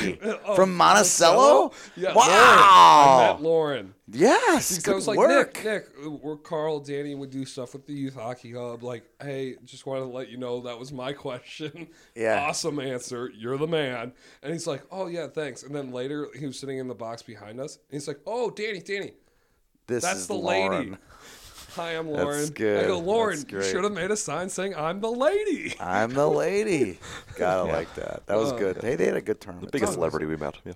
C: from Monticello?
B: uh, oh, Yeah, Lauren. I
C: wow.
B: met Lauren.
C: Yes.
B: Because I was
C: good
B: like,
C: work.
B: Nick, Nick, we're Carl, Danny, would do stuff with the youth hockey hub. Like, hey, just wanted to let you know that was my question.
C: *laughs* Yeah.
B: Awesome answer. You're the man. And he's like, oh, yeah, thanks. And then later, he was sitting in the box behind us. And he's like, oh, Danny, Danny,
C: this
B: that's
C: is
B: the lady.
C: Lauren.
B: Hi, I'm Lauren. I
C: good.
B: go, Lauren,
C: That's
B: you
C: great.
B: should have made a sign saying, I'm the lady. *laughs*
C: I'm the lady. Gotta like that. That
B: Oh,
C: was good. Hey, they had a good tournament.
D: Biggest celebrity we met. Yeah.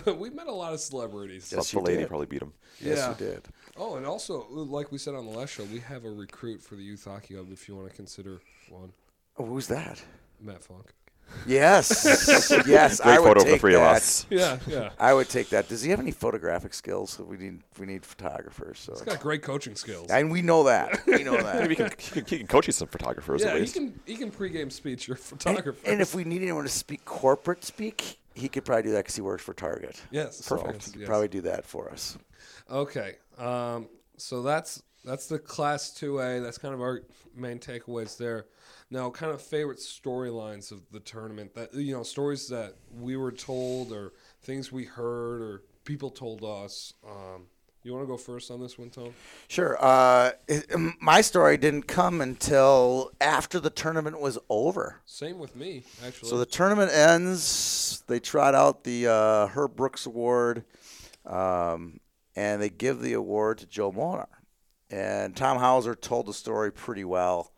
B: yeah, *laughs* we met a lot of celebrities.
C: Yes,
D: the
C: you
D: lady
C: did.
D: probably beat him.
C: Yes,
B: Yeah.
C: you did.
B: Oh, and also, like we said on the last show, we have a recruit for the youth hockey hub if you want to consider one,
C: Oh, who's that?
B: Matt Funk. *laughs*
C: Yes. *laughs* yes.
D: Great
C: I would
D: photo of
C: take
D: the three
C: that.
D: of us.
B: Yeah, yeah.
C: I would take that. Does he have any photographic skills? We need we need photographers. So
B: He's got great coaching skills.
C: and we know that. We know
B: *laughs*
C: that.
D: Maybe he can, he, can, he can coach you some photographers
B: yeah,
D: at
B: he
D: least.
B: can he can pregame speech your *laughs*
C: And-
B: photographer.
C: And if we need anyone to speak corporate speak, he could probably do that because he works for Target.
B: yes,
C: So
B: perfect.
C: he could
B: yes.
C: probably do that for us.
B: Okay, um, so that's that's the class two A. That's kind of our main takeaways there. Now, kind of favorite storylines of the tournament that you know stories that we were told or things we heard or people told us. Um, you want to go first on this one, Tom?
C: Sure. Uh, it- my story didn't come until after the tournament was over.
B: Same with me, actually.
C: So the tournament ends. They trot out the uh, Herb Brooks Award, um, and they give the award to Joe Molnar. And Tom Hauser told the story pretty well.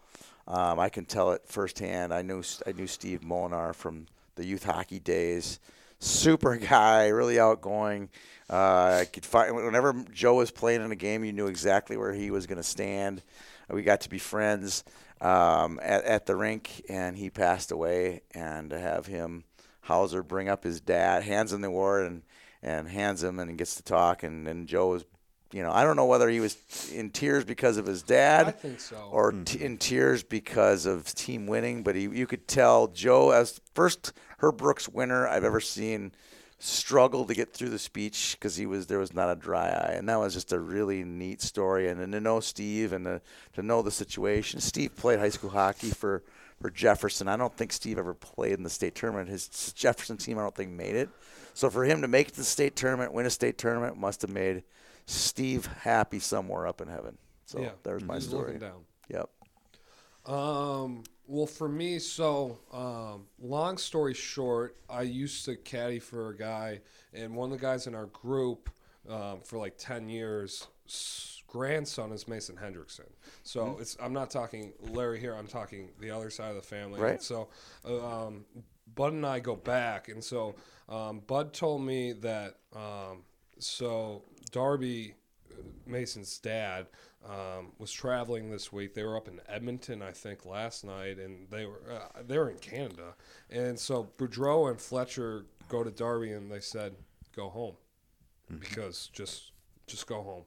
C: Um, I can tell it firsthand. I knew I knew Steve Molinar from the youth hockey days. Super *laughs* guy, really outgoing. Uh, I could find whenever Joe was playing in a game, you knew exactly where he was going to stand. We got to be friends um, at, at the rink, and he passed away. And to have him, Hauser, bring up his dad, hands him the award, and and hands him, and he gets to talk. And, and Joe was, you know, I don't know whether he was in tears because of his dad,
B: I think so.
C: or t- in tears because of team winning. But he, you could tell Joe as first Herb Brooks winner I've ever seen struggle to get through the speech because he was there was not a dry eye, and that was just a really neat story. And, and to know Steve and to, to know the situation, Steve played high school hockey for. For Jefferson, I don't think Steve ever played in the state tournament. His Jefferson team, I don't think, made it. So for him to make it to the state tournament, win a state tournament, must have made Steve happy somewhere up in heaven. So
B: Yeah. Mm-hmm.
C: there's my
B: He's
C: story.
B: looking down.
C: Yep.
B: Um, well, for me, so um, long story short, I used to caddy for a guy, and one of the guys in our group um, for like ten years. s- Grandson is Mason Hendrickson, so it's. I'm not talking Larry here. I'm talking the other side of the family.
C: Right.
B: And so, uh, um, Bud and I go back, and so um, Bud told me that. Um, so Darby uh, Mason's dad um, was traveling this week. They were up in Edmonton, I think, last night, and they were uh, they were in Canada. And so Boudreau and Fletcher go to Darby, and they said, "Go home,
C: Mm-hmm.
B: because just just go home.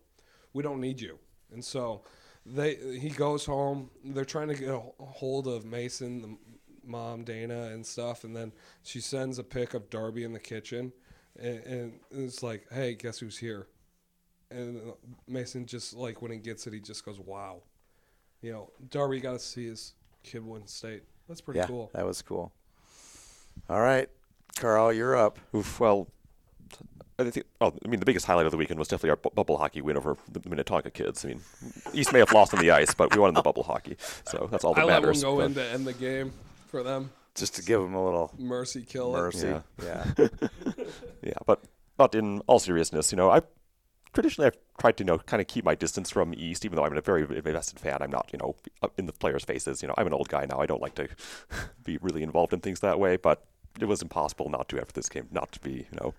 B: We don't need you." And so they he goes home. They're trying to get a hold of Mason, the mom Dana, and stuff. And then she sends a pic of Darby in the kitchen, and, and it's like, "Hey, guess who's here?" and uh, Mason just like when he gets it, he just goes, "Wow." You know, Darby got to see his kid win state. That's pretty
C: yeah,
B: cool.
C: that was cool. All right, Carl, you're up.
D: Oof, well, I think. Oh, I mean, the biggest highlight of the weekend was definitely our bu- bubble hockey win over the Minnetonka kids. I mean, East may have lost on the ice, but we won in the bubble hockey, so that's all that
B: I let one
D: matters.
B: go
D: but-
B: in to end the game for them.
C: Just to give him a little
B: Mercy kill it.
C: mercy.
D: Yeah.
C: Yeah.
D: *laughs* Yeah, but but in all seriousness, you know, I traditionally I've tried to you know kind of keep my distance from East, even though I'm a very invested fan. I'm not you know up in the players' faces. You know, I'm an old guy now. I don't like to *laughs* be really involved in things that way. But it was impossible not to after this game, not to be you know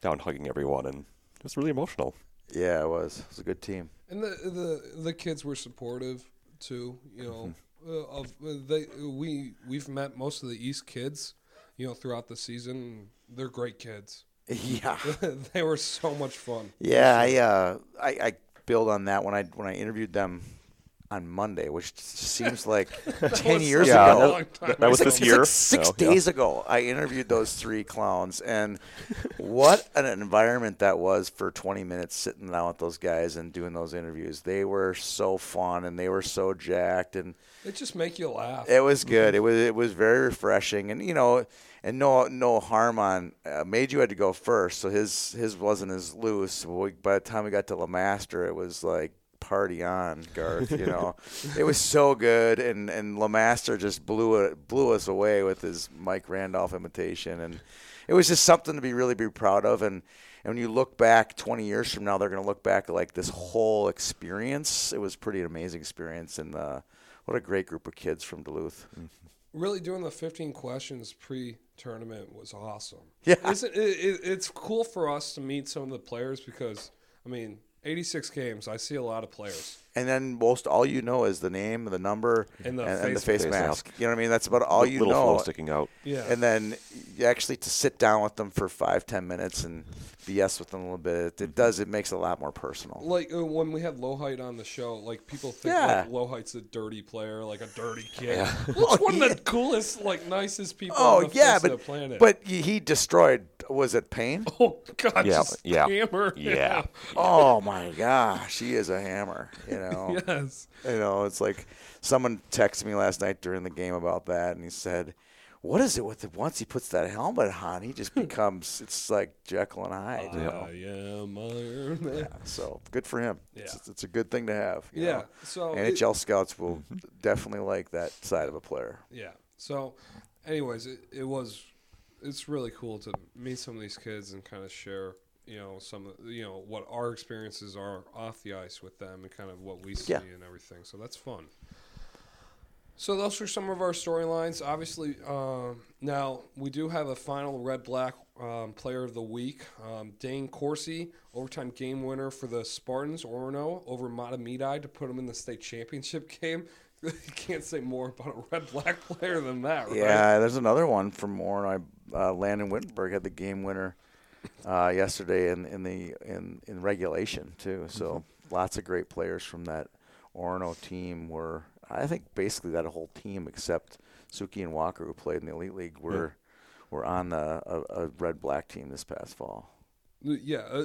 D: down hugging everyone, and it was really emotional.
C: yeah, it was. It was a good
D: *laughs*
C: team.
B: And the the the kids were supportive too. You know, uh, of uh, they we we've met most of the East kids. You know, throughout the season, they're great kids. *laughs*
C: Yeah.
B: they were so much
D: *laughs*
B: fun.
C: Yeah, I, uh, I I build on that when I when I interviewed them on Monday, which seems
D: *laughs*
C: like ten
B: was
C: years
B: such
D: Yeah,
B: a
C: ago.
B: long
D: that,
B: time
D: that was
B: ago.
D: this
C: It's like
D: year.
C: six
D: so, yeah.
C: days ago, I interviewed those three clowns, and
D: *laughs*
C: what an environment that was for 20 minutes sitting down with those guys and doing those interviews. They were so fun, and they were so jacked, and
B: They just make you laugh.
C: it was good. It was it was very refreshing, and you know, and no no harm on uh, Maju had to go first, so his his wasn't as loose. We, by the time we got to Lamaster, it was like party on, Garth. You know, it was so good, and and Lamaster just blew it blew us away with his Mike Randolph imitation, and it was just something to be really be proud of, and. And when you look back 20 years from now, they're going to look back at like this whole experience. It was pretty amazing experience, and uh, what a great group of kids from Duluth.
D: Hmm.
B: really doing the 15 questions pre-tournament was awesome.
C: Yeah.
B: Isn't, it, it, it's cool for us to meet some of the players because, I mean, 86 games, I see a lot of players.
C: And then most all you know is the name, the number,
B: And the
C: and
B: face-
C: the face,
D: Face
C: mask.
D: mask.
C: You know what I mean? That's about all you
D: little
C: know.
D: flaw sticking out.
B: Yeah.
C: And then you actually to sit down with them for five, ten minutes and BS with them a little bit.
D: Hmm.
C: It does. It makes it a lot more personal.
B: like uh, when we had Lowhite on the show, like people think
C: Yeah.
B: like Lowhite's a dirty player, like a dirty kid. *laughs*
C: *laughs*
D: Yeah.
B: It's one of the coolest, like nicest people
C: Oh
B: on the face
C: yeah,
B: of
C: but
B: the planet.
C: but he he destroyed. Was it Payne?
B: *laughs* oh god,
D: Yeah,
B: just
D: yeah,
B: hammer.
C: *laughs*
D: yeah.
C: Oh my gosh, he is a hammer. You know.
B: *laughs* yes.
C: You know, it's like someone texted me last night during the game about that, and he said, "What is it with it? Once he puts that helmet on,
B: *laughs*
C: he just becomes it's like Jekyll and Hyde." you know?
B: I am Iron Man.
C: So good for him. It's,
B: Yeah.
C: it's a good thing to have. you
B: Yeah,
C: know?
B: so it-
C: NHL scouts will definitely like that side of a player.
B: Yeah. So, anyways, it, it was it's really cool to meet some of these kids and kind of share you know some of- you know what our experiences are off the ice with them and kind of what we see
C: Yeah.
B: and everything. So that's fun. So those are some of our storylines. Obviously, um, now we do have a final red black um, player of the week, um, Dane Corsi, overtime game winner for the Spartans Orono over Matamidi to put him in the state championship *laughs* game. you can't say more about a red black player than that, right?
C: Yeah, there's another one from Warren. I uh, Landon Wittenberg had the game winner uh, yesterday in, in the in, in regulation too. So lots of great players from that Orono team were. I think basically that whole team except Suki and Walker, who played in the elite league, were were on the a, a red black team this past fall.
B: Yeah. Uh,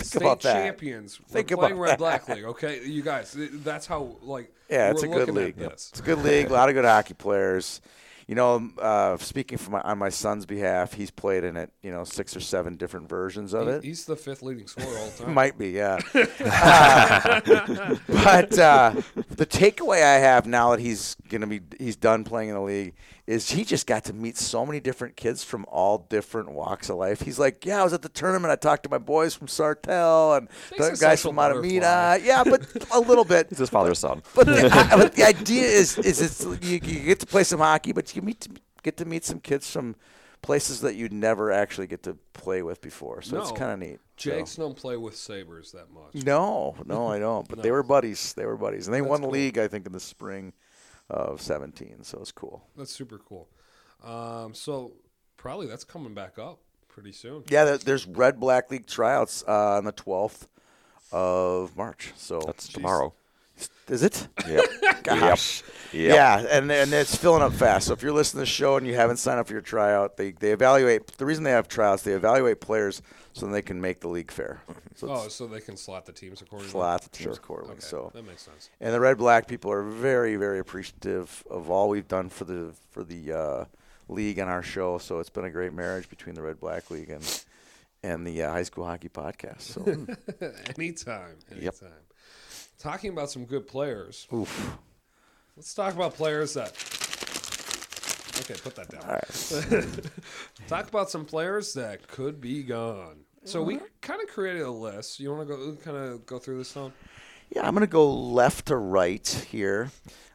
B: state
C: about that.
B: champions. We're
C: Think
B: playing
C: about
B: Red
C: that.
B: Black League, okay? You guys, th- that's how, like,
C: Yeah, it's
B: we're
C: a good
B: looking at
C: league.
B: this.
C: It's a good league. A lot of good hockey players. you know, uh, speaking for my, on my son's behalf, he's played in it, you know, six or seven different versions of it.
B: He's the fifth leading scorer
C: *laughs*
B: all time.
C: Might be, yeah. Uh, *laughs* but uh, the takeaway I have now that he's gonna be he's done playing in the league is he just got to meet so many different kids from all different walks of life. He's like, yeah, I was at the tournament. I talked to my boys from Sartell and
B: He's
C: the
B: a
C: guys
B: social
C: from Matamina.
B: butterfly.
C: Yeah, but a
B: *laughs*
C: little bit.
D: It's his father's son.
C: But the, I, but the idea is is it's you, you get to play some hockey, but you meet get to meet some kids from places that you'd never actually get to play with before. So it's
B: No.
C: kind of neat. so.
B: Jake's don't play with sabers that much.
C: No, no, I don't. But they were buddies. They were buddies, and they won the
B: cool.
C: league, I think, in the spring of seventeen. So it's cool.
B: That's super cool. Um, so probably that's coming back up pretty soon.
C: Yeah, there, there's red black league tryouts uh, on the twelfth of March. So
D: That's tomorrow.
C: is it?
D: Yep.
C: *laughs* Gosh.
D: Yep.
C: Yeah, and and it's filling up fast. So if you're listening to the show and you haven't signed up for your tryout, they they evaluate. The reason they have tryouts, they evaluate players so then they can make the league fair. So
B: Oh,
C: it's
B: so they can slot the teams accordingly.
C: lots of teams quarterly.
B: Mm-hmm. Okay,
C: So
B: that makes sense. *laughs*
C: and the red black people are very very appreciative of all we've done for the for the uh, league and our show so it's been a great marriage between the red black league and and the uh, high school hockey
B: *laughs*
C: podcast so
B: anytime, anytime. Talking about some good players.
C: oof
B: Let's talk about players that. Okay, put that down. *laughs* talk about some players that could be gone. So
C: Mm-hmm.
B: we kind of created a list. You want to go kind of go through this one?
C: yeah i'm going to go left to right here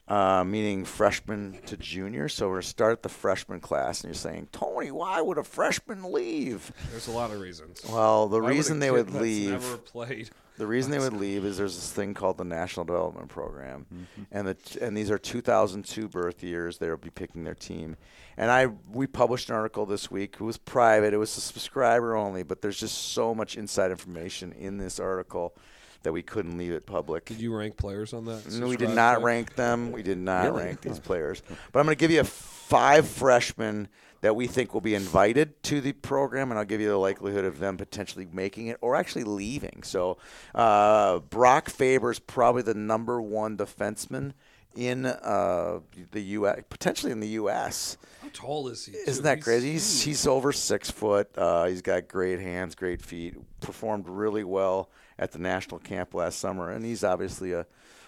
C: uh, meaning freshman to junior so we're going to start at the freshman class and you're saying tony why would a freshman leave
B: There's a lot of reasons.
C: well the
B: Why would a
C: reason they
B: kid
C: would
B: that's
C: leave
B: Never played.
C: The reason they would leave is there's this thing called the National Development Program, and the and these are 2002 birth years. They'll be picking their team, and I we published an article this week. It was private. It was a subscriber only, but there's just so much inside information in this article that we couldn't leave it public.
B: Did you rank players on that?
C: No, we did
B: Subscribe
C: not
B: pick?
C: rank them. We did not rank these players. But I'm going to give you five freshmen that we think will be invited to the program, and I'll give you the likelihood of them potentially making it or actually leaving. So uh, Brock Faber is probably the number one defenseman in uh, the U.S., potentially in the U.S.
B: How tall is he?
C: Isn't
B: too?
C: that
B: He's
C: crazy? He's he's over six foot. Uh, he's got great hands, great feet. Performed really well at the national camp last summer, and he's obviously a,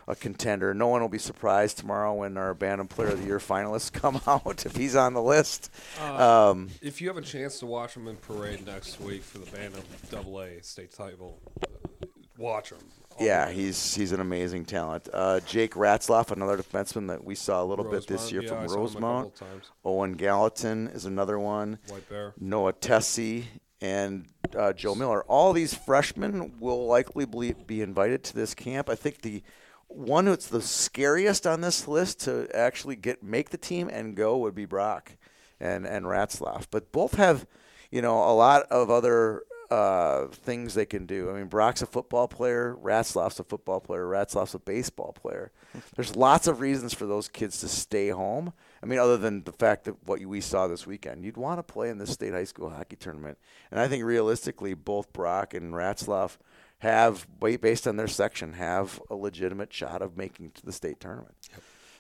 C: a contender. No one will be surprised tomorrow when our Bantam Player of the Year finalists *laughs* come out if he's on the list. um,
B: If you have a chance to watch him in parade next week for the band of Double A state title, uh, watch him.
C: yeah, he's he's an amazing talent. Uh, Jake Ratzloff, another defenseman that we saw a little bit this
B: Rosemont,
C: year
B: yeah, I
C: from
B: saw him a
C: Rosemont.
B: couple times.
C: Owen Gallatin is another one.
B: White Bear.
C: Noah Tessie and uh, Joe Miller. All these freshmen will likely ble- be invited to this camp. I think the one that's the scariest on this list to actually get make the team and go would be Brock and and Ratzlaff. But both have, you know, a lot of other uh, things they can do. I mean, Brock's a football player, Ratzloff's a football player, Ratzloff's a baseball player. There's lots of reasons for those kids to stay home. I mean, other than the fact that what we saw this weekend, you'd want to play in this state high school hockey tournament. And I think realistically, both Brock and Ratzloff have, ba- based on their section, have a legitimate shot of making it to the state tournament.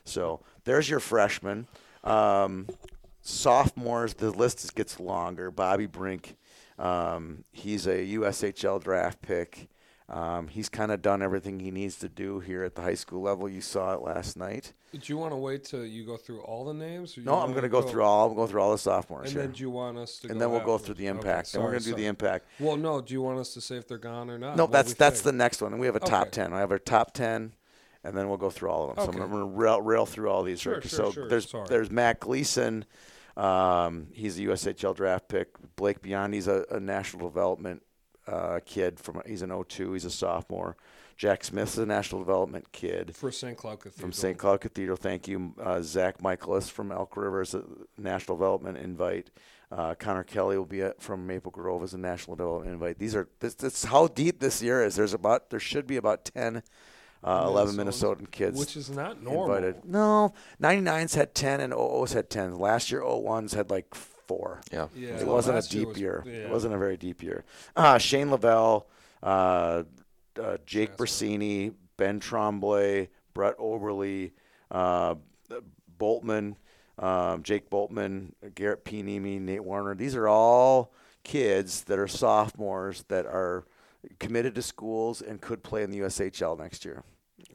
C: So there's your freshman. Um, sophomores, the list is- gets longer. Bobby Brink, um, he's a USHL draft pick. Um, he's kind of done everything he needs to do here at the high school level. You saw it last night.
B: Do you want to wait till you go through all the names? Or you
C: No, I'm
B: wanna
C: going to go through all. I'm going through all the sophomores
B: And
C: here,
B: then do you want us to?
C: and
B: go
C: then we'll go
B: afterwards?
C: through the
B: Okay,
C: impact. and we're
B: sorry,
C: going to do
B: sorry.
C: the impact.
B: Well, no. Do you want us to say if they're gone or not?
C: No,
B: What
C: that's
B: we
C: that's the
B: think?
C: next one. And we have a top
B: Okay.
C: ten. I have our top ten, and then we'll go through all of them.
B: Okay.
C: So I'm going to rail, rail through all these.
B: Sure,
C: right?
B: sure,
C: so
B: sure.
C: there's
B: Sorry.
C: there's Matt Gleason. Um, he's a USHL draft pick. Blake Biondi's a, a national development uh, kid from. He's an 02. He's a sophomore. Jack Smith's a national development kid
B: for St. Cloud Cathedral.
C: from St. Cloud Cathedral. Thank you, uh, Zach Michaelis from Elk River is a national development invite. Uh, Connor Kelly will be at, from Maple Grove as a national development invite. These are this, this is how deep this year is. There's about there should be about 10, uh, 11 Minnesotan kids
B: which is not normal.
C: invited. No, 99's had 10 and 00's had 10. Last year 01's had like four.
D: Yeah.
B: Yeah,
C: It wasn't a
B: last
C: deep
B: was-
C: year.
B: yeah.
C: It wasn't a very deep year. Uh, Shane Lavelle, uh, uh, Jake Brissini, Ben Tremblay, Brett Oberly, uh, Boltman, um, Jake Boltman, Garrett Peenemy, Nate Warner. These are all kids that are sophomores that are committed to schools and could play in the USHL next year.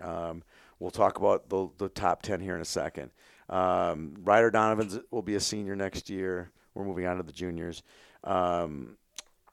C: Um, we'll talk about the, the top 10 here in a second. Um, Ryder Donovan will be a senior next year. We're moving on to the juniors. Um,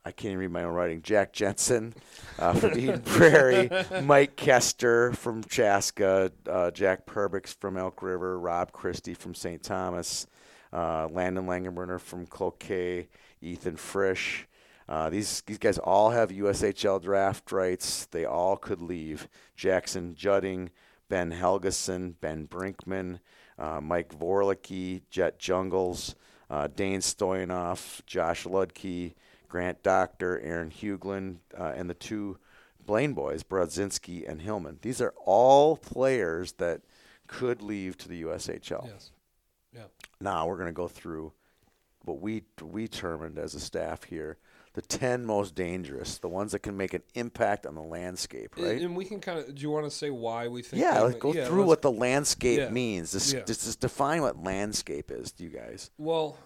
C: I can't even read my own writing. Jack Jensen uh, from Eden Prairie, Mike Kester from Chaska, uh, Jack Perbix from Elk River, Rob Christie from St. Thomas, uh, Landon Langenbrunner from Cloquet, Ethan Frisch. Uh, these these guys all have USHL draft rights. They all could leave. Jackson Judding, Ben Helgeson, Ben Brinkman, uh, Mike Vorlicki, Jet Jungles, uh, Dane Stoyanoff, Josh Ludke, Grant Doctor, Aaron Huglin, uh, and the two Blaine boys, Brodzinski and Hillman. These are all players that could leave to the USHL.
B: Yes. Yeah.
C: Now we're going to go through what we we determined as a staff here, the ten most dangerous, the ones that can make an impact on the landscape,
B: And-
C: right?
B: And we can kind of. Do you want to say why we think?
C: yeah,
B: they
C: let's
B: ma-
C: go
B: yeah,
C: through
B: let's-
C: what the landscape
B: Yeah.
C: means. This,
B: Yeah.
C: this is define what landscape is to you guys.
B: Well,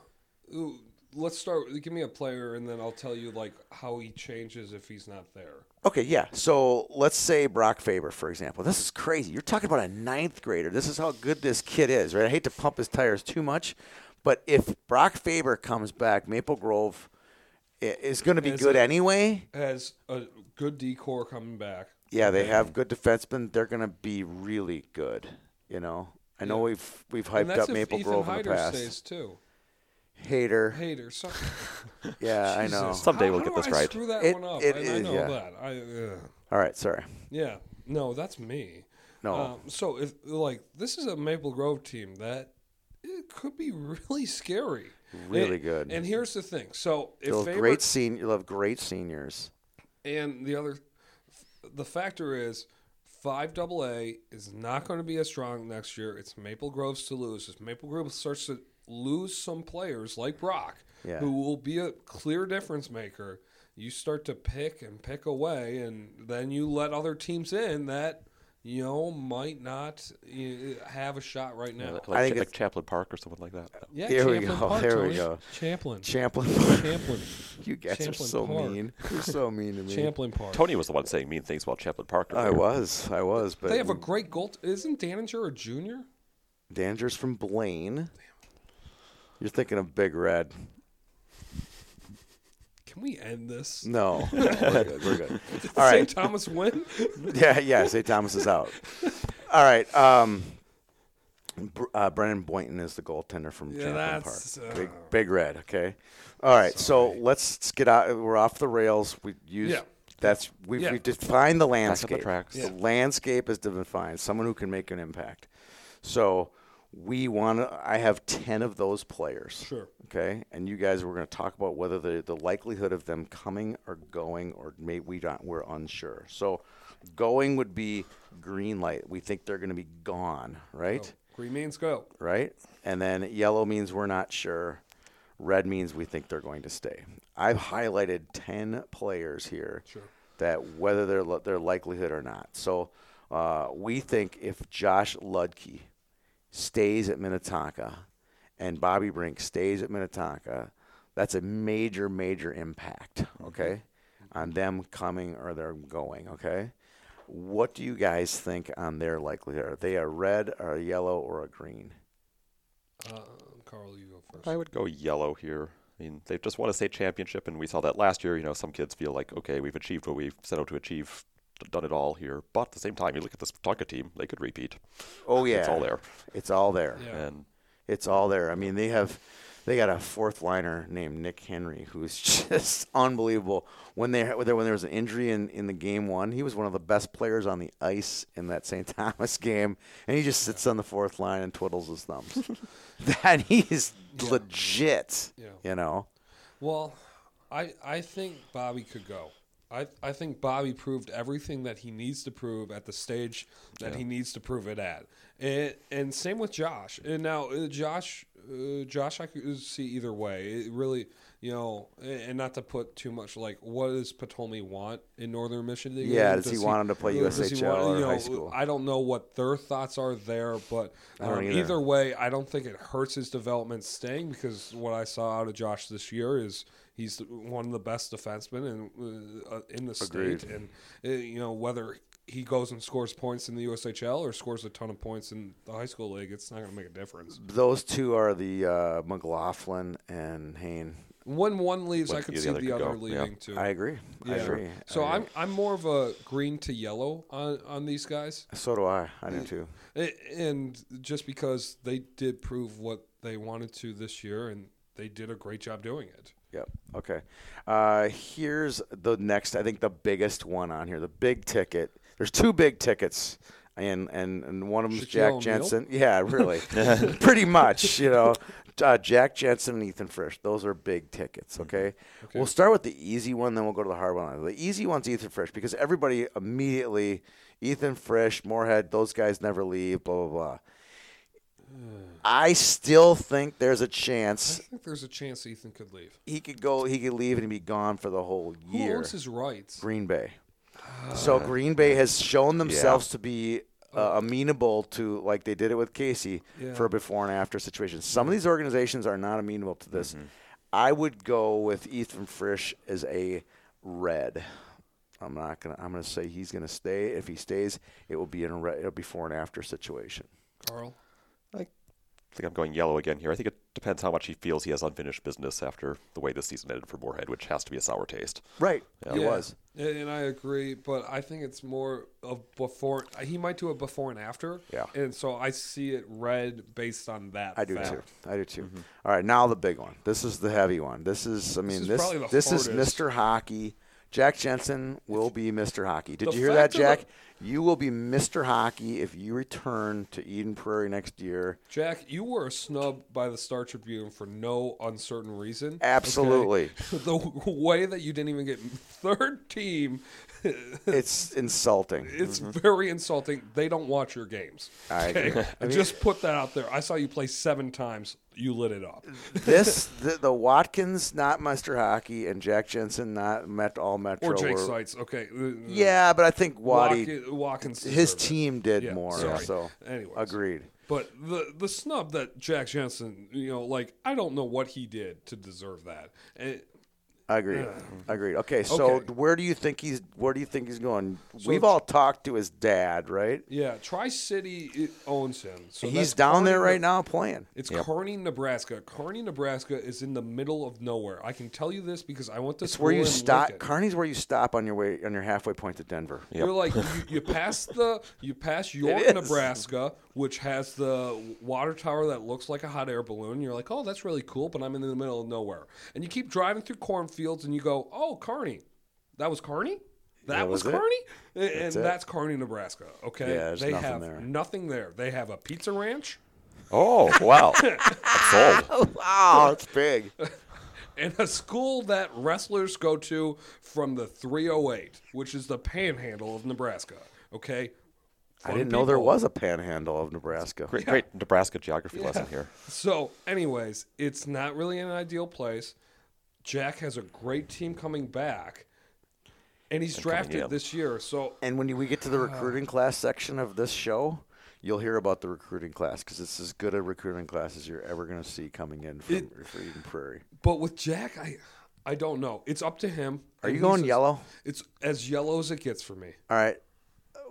B: ooh, let's start. Give me a player, and then I'll tell you like how he changes if he's not there.
C: Okay, yeah. So let's say Brock Faber, for example. This is crazy. You're talking about a ninth grader. This is how good this kid is, right? I hate to pump his tires too much, but if Brock Faber comes back, Maple Grove i- is going to be
B: Is
C: good
B: it-
C: anyway.
B: Has a good decor coming back.
C: Yeah, they have good defensemen. They're going to be really good. You know, I know we've we've
B: And
C: hyped
B: that's
C: up
B: if
C: Maple
B: Ethan
C: Grove in the
B: Hyder
C: past.
B: stays too.
C: Hater.
B: Hater. So,
C: Yeah,
B: *laughs*
C: *laughs* I know.
B: Jesus.
D: Someday
B: How-
D: we'll
B: how
D: get
B: do
D: this
B: I
D: right.
B: Screw that
C: It-
B: one up.
C: it
B: I, I
C: is,
B: know
C: yeah.
B: that. I. Ugh.
C: All right, sorry.
B: Yeah. No, that's me.
C: No.
B: Um, so if like this is a Maple Grove team that it could be *laughs* really scary.
C: Really
B: And-
C: good.
B: And here's the thing. So if
C: They'll have
B: Faber-
C: great senior. You'll have great seniors.
B: and the other the factor is five double A is not going to be as strong next year. It's Maple Grove's to lose. If Maple Grove starts to lose some players like Brock,
C: Yeah.
B: who will be a clear difference maker, you start to pick and pick away, and then you let other teams in that you know might not uh, have a shot right now.
D: Like,
C: I think
D: like
C: it's-
D: Chaplin Park or something like that.
B: Yeah,
C: There we
B: Champlin
C: go,
B: Park,
C: there we
B: Tony.
C: go.
B: Champlin.
C: Champlin.
B: Champlin.
C: *laughs* You guys are
B: Champlin
C: so
B: Park.
C: mean. You're so mean to me.
B: Champlin Park.
D: Tony was the one saying mean things about Chaplin Park.
C: I was, I was, but
B: They have a great goal. Isn't Daninger a junior?
C: Danger's from Blaine. You're thinking of Big Red.
B: Can we end *laughs* this?
C: No, we're good. We're good. Mm. All
B: All right.
C: right.
B: St. Thomas
C: *laughs*
B: win?
C: yeah, yeah. St. Thomas is out. All right. Um, Br- uh, Brennan Boynton is the goaltender from
B: Yeah,
C: Champlain
B: that's,
C: Park.
B: uh,
C: Big, big red. Okay. All right. So let's get out. We're off the rails. We use.
B: Yeah.
C: That's we've,
B: Yeah.
C: we've defined the
D: the
C: landscape.
D: tracks.
C: The landscape is defined. Someone who can make an impact. So we want to. I have ten of those players.
B: Sure.
C: Okay, and you guys were going to talk about whether the, the likelihood of them coming or going, or maybe we don't, we're unsure. So, going would be green light. We think they're going to be gone, right?
B: Green means go.
C: Right? And then yellow means we're not sure. Red means we think they're going to stay. I've highlighted ten players here that whether their li- their likelihood or not. So, uh, we think if Josh Ludke stays at Minnetonka and Bobby Brink stays at Minnetonka, that's a major, major impact, okay, on them coming or their going, okay? What do you guys think on their likelihood? Are they a red or a yellow or a green?
B: Uh, Carl, you go first.
D: I would go yellow here. I mean, they just won a state championship, and we saw that last year. You know, some kids feel like, okay, we've achieved what we've set out to achieve, d- done it all here. But at the same time, you look at this Tonka team; they could repeat.
C: Oh yeah.
D: It's all there.
C: It's all there.
B: Yeah.
D: And
C: It's all there. I mean, they have they got a fourth liner named Nick Henry who's *laughs* just unbelievable. When they when there when there was an injury in, in the game one, he was one of the best players on the ice in that St. *laughs* Thomas game, and he just sits on the fourth line and twiddles his thumbs. *laughs* that he is legit.
B: Yeah.
C: You know.
B: Well, I I think Bobby could go. I, I think Bobby proved everything that he needs to prove at the stage that he needs to prove it at. And, and same with Josh. And now uh, Josh Uh, Josh, I could see either way. It really, you know, a- and not to put too much like, what does Potomac want in Northern Michigan?
C: Yeah, does he want him to play
B: does he
C: USHL or high school?
B: I don't know what their thoughts are there, but
C: don't
B: um,
C: either.
B: either way, I don't think it hurts his development staying because what I saw out of Josh this year is he's one of the best defensemen in uh, in the
C: Agreed.
B: state, and uh, you know whether. He goes and scores points in the USHL or scores a ton of points in the high school league. It's not going to make a difference.
C: Those two are the uh, McLaughlin and Hain.
B: When one leaves,
D: When
B: I could
D: the
B: see
D: other
B: the
D: could
B: other
D: go, yeah.
B: leaving too.
C: I agree. I
B: Yeah.
C: agree.
B: So
C: I
B: I'm
C: agree.
B: I'm more of a green to yellow on on these guys,
C: So do I. I do too.
B: A- and just because they did prove what they wanted to this year, and they did a great job doing it.
C: Yep. Okay. Uh, here's the next. I think the biggest one on here. The big ticket. There's two big tickets, and and, and one of them's
B: Shaquille
C: Jack
B: O'Neal?
C: Jensen. Yeah,
B: *laughs*
C: really. Pretty much. You know, uh, Jack Jensen and Ethan Frisch. Those are big tickets.
B: Mm-hmm.
C: Okay? We'll start with the easy one, then we'll go to the hard one. The easy one's Ethan Frisch because everybody immediately, Ethan Frisch, Moorhead. Those guys never leave. Blah blah
B: *sighs*
C: blah. I still think there's a
B: I
C: chance
B: think there's a chance Ethan could leave.
C: he could go. He could leave and be gone for the whole
B: Who
C: year.
B: owns his Ah. rights?
C: Green Bay. So Green Bay has shown themselves to be uh, amenable to, like they did it with Casey
B: Oh. Yeah.
C: for a before and after situation. Some of these organizations are not amenable to this. I would go with Ethan Frisch as a red. I'm not gonna. I'm gonna say he's gonna stay. If he stays, it will be in a re- it'll be before and after situation.
B: Carl,
D: I think I'm going yellow again here. I think it depends how much he feels he has unfinished business after the way this season ended for Moorhead, which has to be a sour taste.
C: Right. It
B: Yeah.
C: was.
B: A- and I agree, but I think it's more of before. He might do a before and after.
C: Yeah.
B: and so I see it red based on that.
C: I do
B: fact.
C: too. I do
B: Mm-hmm.
C: too. All right, now the big one. This is the heavy one. This is, I
B: is
C: mean, this this,
B: probably the
C: is
B: hardest.
C: Mr. Hockey. Jack Jensen will be Mr. Hockey. Did
B: The
C: you hear that,
B: fact of
C: Jack? You will be Mr. Hockey if you return to Eden Prairie next year.
B: Jack, you were a snub by the Star Tribune for no uncertain reason. okay?
C: Absolutely.
B: *laughs* the w- way that you didn't even get third team,
C: It's insulting.
B: *laughs* it's very insulting. They don't watch your games.
C: I agree. Mm-hmm. *laughs* I mean-
B: just put that out there. I saw you play seven times. You lit it up.
C: this the, the Watkins not Mr. Hockey and Jack Jensen not Met All Metro.
B: Or Jake
C: were-
B: Sites. Okay. Uh,
C: Yeah, but I think Waddy,
B: Watkins, Watkins
C: his
B: deserved it.
C: team did
B: Yeah,
C: more.
B: sorry.
C: So
B: Anyways.
C: agreed.
B: But the the snub that Jack Jensen, you know, like I don't know what he did to deserve that. Uh, And
C: Agreed. Agreed. Okay, so
B: Okay.
C: where do you think he's where do you think he's going? We've all talked to his dad, right?
B: yeah, Tri City owns him. So
C: he's
B: that's
C: down there
B: Carney-
C: right now playing.
B: It's Kearney, Nebraska. Kearney, Nebraska is in the middle of nowhere. I can tell you this because I went to
C: It's
B: school
C: where you
B: in
C: stop.
B: Lincoln.
C: Carney's where you stop on your way on your halfway point to Denver.
B: You're like you, you
C: *laughs*
B: pass the you pass
C: is.
B: York, Nebraska, which has the water tower that looks like a hot air balloon. And you're like, oh, that's really cool, but I'm in the middle of nowhere. And you keep driving through cornfields, and you go, oh, Kearney, that was Kearney. That
C: That
B: was
C: was it.
B: Kearney, and and that's,
C: it.
B: Kearney, Nebraska. Okay,
C: Yeah, there's
B: they
C: nothing
B: have
C: there.
B: nothing there. They have a pizza ranch
D: Oh, wow. *laughs* I'm sold.
C: wow, Oh, it's
B: *laughs*
C: big.
B: and a school that wrestlers go to from the 308, which is the panhandle of Nebraska. Okay,
C: I
B: Fun
C: didn't know there
B: people.
C: was a panhandle of Nebraska.
D: Great, great Nebraska geography lesson here.
B: So, anyways, it's not really an ideal place. Jack has a great team coming back, and he's
D: coming
B: drafted
D: in.
B: this year. So,
C: And when we get to the recruiting class section of this show, you'll hear about the recruiting class because it's as good a recruiting class as you're ever going to see coming in from for Eden Prairie.
B: but with Jack, I, I don't know. It's up to him.
C: Are
B: And
C: you going
B: he's as-
C: yellow?
B: It's as yellow as it gets for me.
C: All right.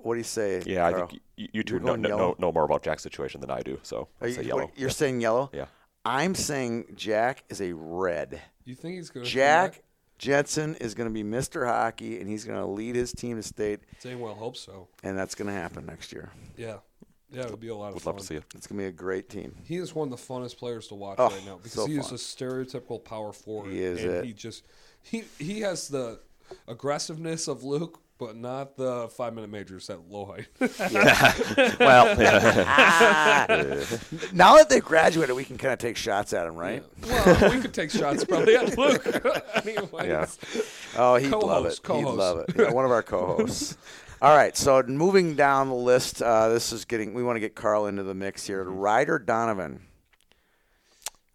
C: What do you say?
D: Yeah, I
C: Carl?
D: think you, you two
C: You're
D: know,
C: going
D: know,
C: yellow?
D: know, know more about Jack's situation than I do, so
C: Are
D: I'll say
C: you,
D: yellow.
C: are saying yellow?
D: Yeah.
C: I'm saying Jack is a red.
D: Mm-hmm.
B: You think he's going to
C: Jack Jensen is going to be Mr. Hockey, and he's going to lead his team to state,
B: Dang well, hope so.
C: and that's going to happen next year.
B: Yeah, yeah, it would be a lot of
D: Would
B: fun.
D: love to see it.
C: *laughs* It's going to be a great team.
B: He is one of the funnest players to watch
C: Oh,
B: right now because
C: so
B: he is
C: fun.
B: a stereotypical power forward.
C: He is
B: and
C: it.
B: he just he he has the aggressiveness of Luke, but not the five minute majors that Lloyd.
D: Well, *laughs* yeah.
C: Now that they graduated, we can kind of take shots at him, right?
B: *laughs* well, we could take shots probably at Luke. *laughs* Anyways.
D: Yeah.
C: Oh, he'd love
B: Co-host,
C: it. He'd
B: co-host.
C: love it. Yeah, one of our
D: *laughs*
C: co-hosts. All right, so moving down the
D: Mm-hmm.
C: list, uh, this is getting. We want to get Carl into the mix here. Ryder Donovan.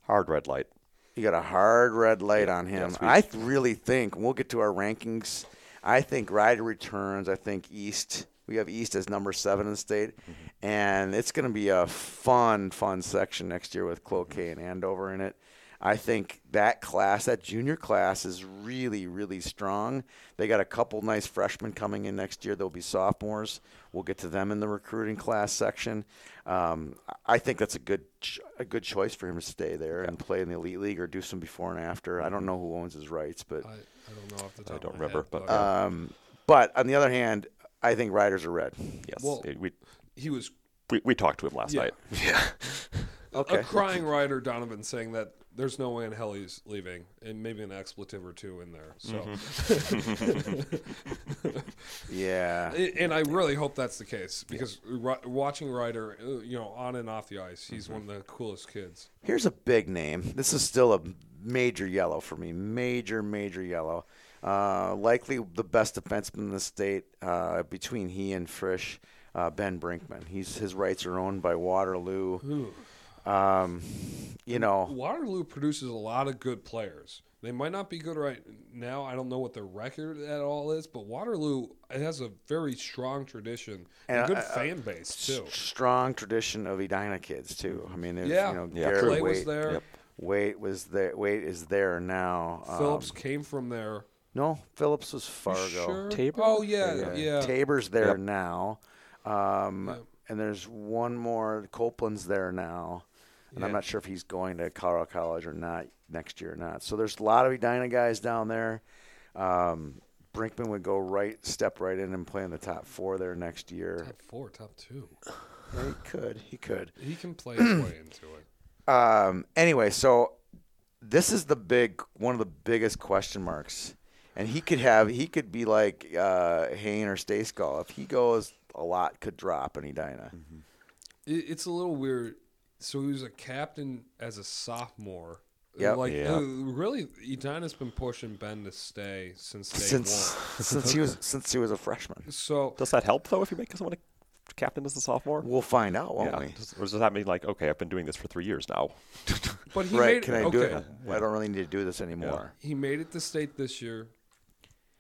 D: Hard red light.
C: You got a hard red light on him.
D: yes, we-
C: I th- really think we'll get to our rankings. I think Rider returns. I think East. We have East as number seven in the state,
D: Mm-hmm.
C: and it's going to be a fun, fun section next year with Cloquet and Andover in it. I think that class, that junior class, is really, really strong. They got a couple nice freshmen coming in next year. They'll be sophomores. We'll get to them in the recruiting class section. Um, I- I think that's a good, ch- a good choice for him to stay there and play in the elite league or do some before and after. I don't know who owns his rights, but
B: I, I don't know off the top.
D: I
B: of
D: don't
B: my
D: remember,
B: head,
D: but
C: um, but on the other hand, I think Riders are red.
D: yes,
B: well-
D: it- we,
B: he was
D: we we talked to him last
B: Yeah.
C: *laughs*
D: night. Yeah,
B: a
C: Okay.
B: crying rider Donovan saying that there's no way in hell he's leaving, and maybe an expletive or two in there. So,
C: Mm-hmm. Yeah.
B: A- and I really hope that's the case because ri- watching Ryder, uh, you know, on and off the ice,
C: Mm-hmm.
B: he's one of the coolest kids.
C: Here's a big name. This is still a major yellow for me. Major, major yellow. Uh, likely the best defenseman in the state uh, between he and Frisch, uh, Ben Brinkman. He's his rights are owned by Waterloo. Um, you know,
B: Waterloo produces a lot of good players. They might not be good right now. I don't know what their record at all is, but Waterloo it has a very strong tradition and, a
C: And,
B: good
C: uh,
B: fan base too.
C: s- strong tradition of Edina kids too. I mean, there's
B: Yeah,
C: you know,
D: Yeah,
C: Garrett
D: true.
B: Clay was
C: Waite.
B: there.
D: Yep.
C: Waite was there. Waite is there now. Um,
B: Phillips came from there.
C: No, Phillips was Fargo.
B: Sure.
D: Tabor?
B: Oh yeah,
C: Yeah.
B: yeah.
C: Tabor's there
D: Yep.
C: now. Um, And there's one more. Copeland's there now. And I'm
B: Yeah.
C: not sure if he's going to Colorado College or not next year or not. So there's a lot of Edina guys down there. Um, Brinkman would go right, step right in and play in the top four there next year.
B: Top four, top two.
C: Yeah, he could. He could.
B: He can play his way into it.
C: Um, anyway, so this is the big one of the biggest question marks, and he could have he could be like uh, Hayne or Stayskull. If he goes, a lot could drop in Edina.
B: Mhm. it, it's a little weird. So he was a captain as a sophomore.
C: Yep.
B: Like
D: Yeah.
B: uh, really, Edina's been pushing Ben to stay since day
C: Since
B: one.
C: *laughs* since he was since he was a freshman,
B: So
D: does that help though if you make someone a captain as a sophomore?
C: we'll find out, won't
D: yeah,
C: we?
D: does, or does that mean like okay, I've been doing this for three years now?
B: but he
C: right?
B: made
C: Can I
B: it,
C: do
B: okay.
C: it? I don't really need to do this anymore.
B: He made it to state this year.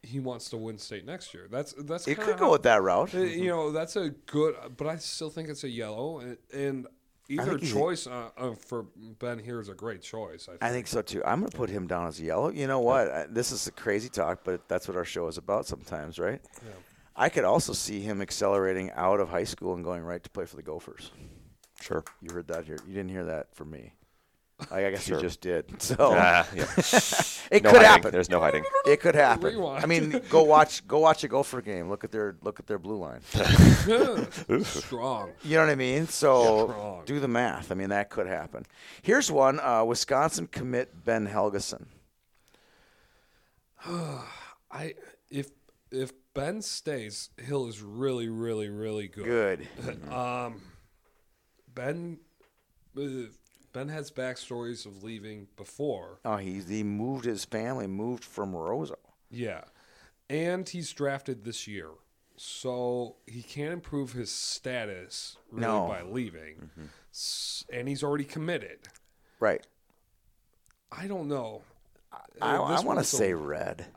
B: He wants to win state next year. That's that's.
C: It
B: kinda
C: could
B: how-
C: go with Mm-hmm. that route.
B: Uh, You know that's a good, but I still think it's a yellow. And, and either
C: think he's-
B: choice uh, uh, for Ben here is a great choice. I think.
C: I think so too. I'm going to put him down as yellow. You know what? I- This is a crazy talk, but that's what our show is about sometimes, right? I could also see him accelerating out of high school and going right to play for the Gophers.
D: Sure.
C: You heard that here. You didn't hear that from me. I I guess
D: Sure.
C: you just did. *laughs* So
D: Ah, yeah.
C: it
D: No
C: could
D: hiding.
C: happen.
D: There's no hiding.
C: It could happen.
B: Rewind.
C: I mean, go watch go watch a Gopher game. Look at their look at their blue
D: *laughs*
C: line.
B: strong.
C: You know what I mean? So
B: Strong.
C: do the math. I mean, that could happen. Here's one: uh, Wisconsin commit Ben Helgeson.
B: I if if Ben stays, Hill is really really really good.
C: *laughs* Good.
B: Ben uh, Ben has backstories of leaving before.
C: Oh, he he moved his family moved from Roseau.
B: Yeah, and he's drafted this year, so he can't improve his status really
C: No. Mm-hmm.
B: by leaving. S And he's already committed.
C: Right.
B: I don't know.
C: I,
B: Uh, this
C: I want to
B: one's a-
C: say red.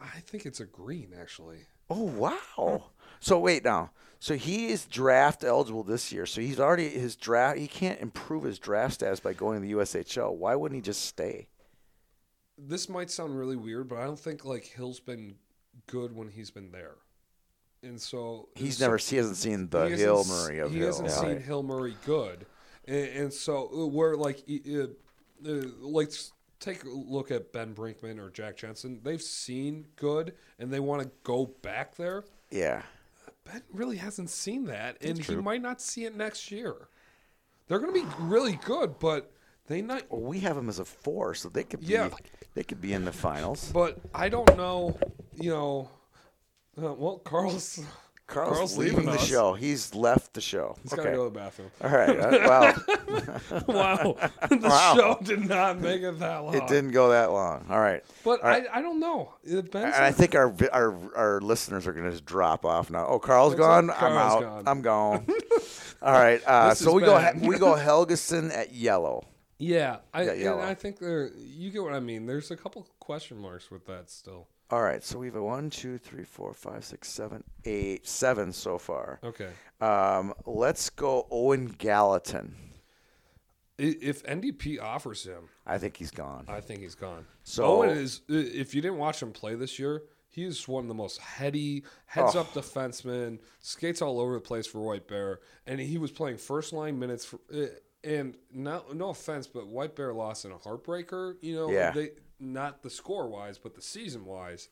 B: I think it's a green actually.
C: Oh wow! So wait now. So he is draft eligible this year. So he's already his draft. He can't improve his draft status by going to the USHL. Why wouldn't he just stay?
B: this might sound really weird, but I don't think like Hill's been good when he's been there, and so
C: He's
B: so-
C: never. He hasn't seen the
B: he hasn't
C: Hill
B: s-
C: Murray of
B: he
C: Hill.
B: hasn't seen Hill Murray good, and, and so uh, we're like, uh, uh, like s- take a look at Ben Brinkman or Jack Jensen. They've seen good, and they want to go back there.
C: Yeah.
B: Ben really hasn't seen that, and he might not see it next year. They're going to be really good, but they not.
C: Well, we have him as a four, so they could be.
B: Yeah.
C: They could be in the finals.
B: But I don't know, you know. Uh, well, Carl's *laughs*
C: Carl's, leaving the
B: us.
C: show. He's left the show.
B: He's
C: okay.
B: gotta go to the
C: *laughs*
B: bathroom.
C: All right. Uh, well,
B: *laughs* wow, *laughs* the
C: Wow.
B: show did not make it that long.
C: it didn't go that long. All right.
B: But
C: All right.
B: I, I don't know. Uh, Ben's
C: And I think our vi- our our listeners are going to just drop off now. Oh, Carl's
B: That's
C: gone.
B: it.
C: I'm
B: Carl's
C: out.
B: gone. *laughs*
C: I'm gone. All right. Uh,
B: This
C: so
B: is
C: we go
B: bad.
C: we go Helgeson at yellow.
B: Yeah, I
C: Yeah,
B: and
C: yellow.
B: I think there. You get what I mean. There's a couple question marks with that still.
C: All right, so we have a one, two, three, four, five, six, seven, eight, seven so far.
B: Okay,
C: Um, let's go Owen Gallatin.
B: I- if NDP offers him,
C: I think he's gone.
B: I think he's gone.
C: So-
B: Owen is. i- If you didn't watch him play this year, he's one of the most heady, heads up defensemen. Skates all over the place for White Bear, and he was playing first line minutes for. uh, And no, no offense, but White Bear lost in a heartbreaker. You know,
C: Yeah.
B: they not the score wise, but the season wise.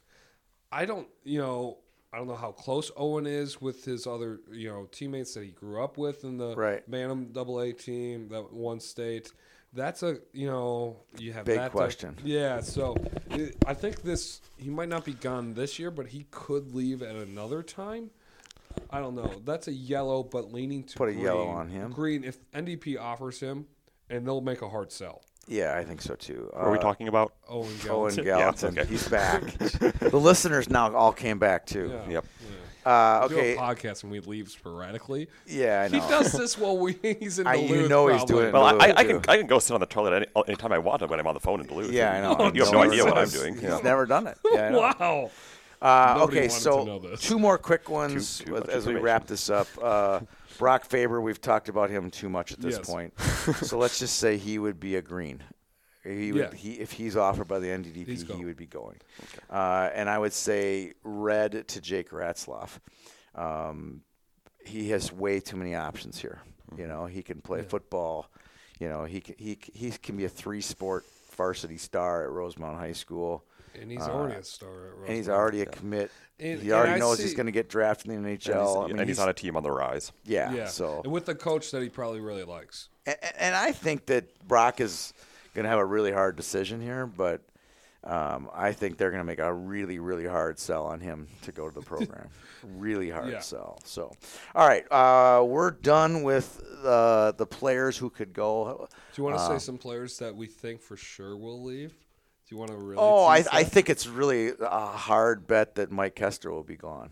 B: I don't, you know, I don't know how close Owen is with his other, you know, teammates that he grew up with in the
C: Right.
B: Bantam Double A team, that one state. That's a, you know, you have
C: Big
B: that type-
C: question.
B: yeah, so i I think this he might not be gone this year, but he could leave at another time. I don't know. That's a yellow, but leaning to
C: Put a
B: green.
C: yellow on him.
B: Green if NDP offers him, and they'll make a hard sell. Oh,
C: Yeah, I think so too.
D: Are we
C: Uh,
D: talking about?
B: Owen
C: Owen
B: Gallatin.
C: Gallatin?
D: okay.
C: He's
D: *laughs*
C: back. the listeners now all came back too.
B: Yeah.
D: Yep.
C: Uh,
B: okay.
C: okay.
B: do a podcast and we leave sporadically.
C: Yeah, I know.
B: He does this while we, *laughs* he's in
C: I- you
B: Duluth.
C: know he's
B: probably.
C: doing it.
D: Well, I, I, I
C: Duluth,
D: can
C: too.
D: I can go sit on the toilet any anytime I want when I'm on the phone in Duluth.
C: Yeah, I know.
D: you have no
C: Nobody
D: idea what I'm
C: knows.
D: doing.
C: He's
D: Yeah.
C: never done it.
B: *laughs*
C: Yeah, I know.
B: Wow.
C: Uh,
B: Nobody
C: okay,
B: wanted to know
C: so
B: this.
C: two more quick ones
D: Too- too
C: with-
D: much
C: as we
D: information.
C: wrap this up. Uh, Brock Faber, we've talked about him too much at this
B: Yes. *laughs*
C: point, so let's just say he would be a green. He would,
B: Yeah.
C: he, if he's offered by the NDDP,
B: He's
C: he
B: going.
C: would be going. Uh, and I would say red to Jake Ratzloff. Um, he has way too many options here.
B: Mm-hmm.
C: You know, he can play football. You know, he can, he c- he can be a three sport varsity star at Rosemount High School.
B: And he's already a star at Rosemont.
C: Uh, And he's already a commit.
B: And-
C: he
B: and
C: already
B: I
C: knows he's
B: see-
C: going to get drafted in the NHL.
D: And he's,
C: I mean,
D: and he's
C: he's-
D: on a team on the rise.
C: yeah,
B: yeah.
C: So
B: and with the coach that he probably really likes.
C: and, and I think that Brock is going to have a really hard decision here, but um, I think they're going to make a really, really hard sell on him to go to the
B: *laughs*
C: program. really hard
B: Yeah.
C: sell. So, all right, uh, we're done with the the players who could go.
B: Do you want to
C: Um,
B: say some players that we think for sure will leave? Do you want to really?
C: Oh, I,
B: tease
C: I
B: that?
C: think it's really a hard bet that Mike Kester will be gone.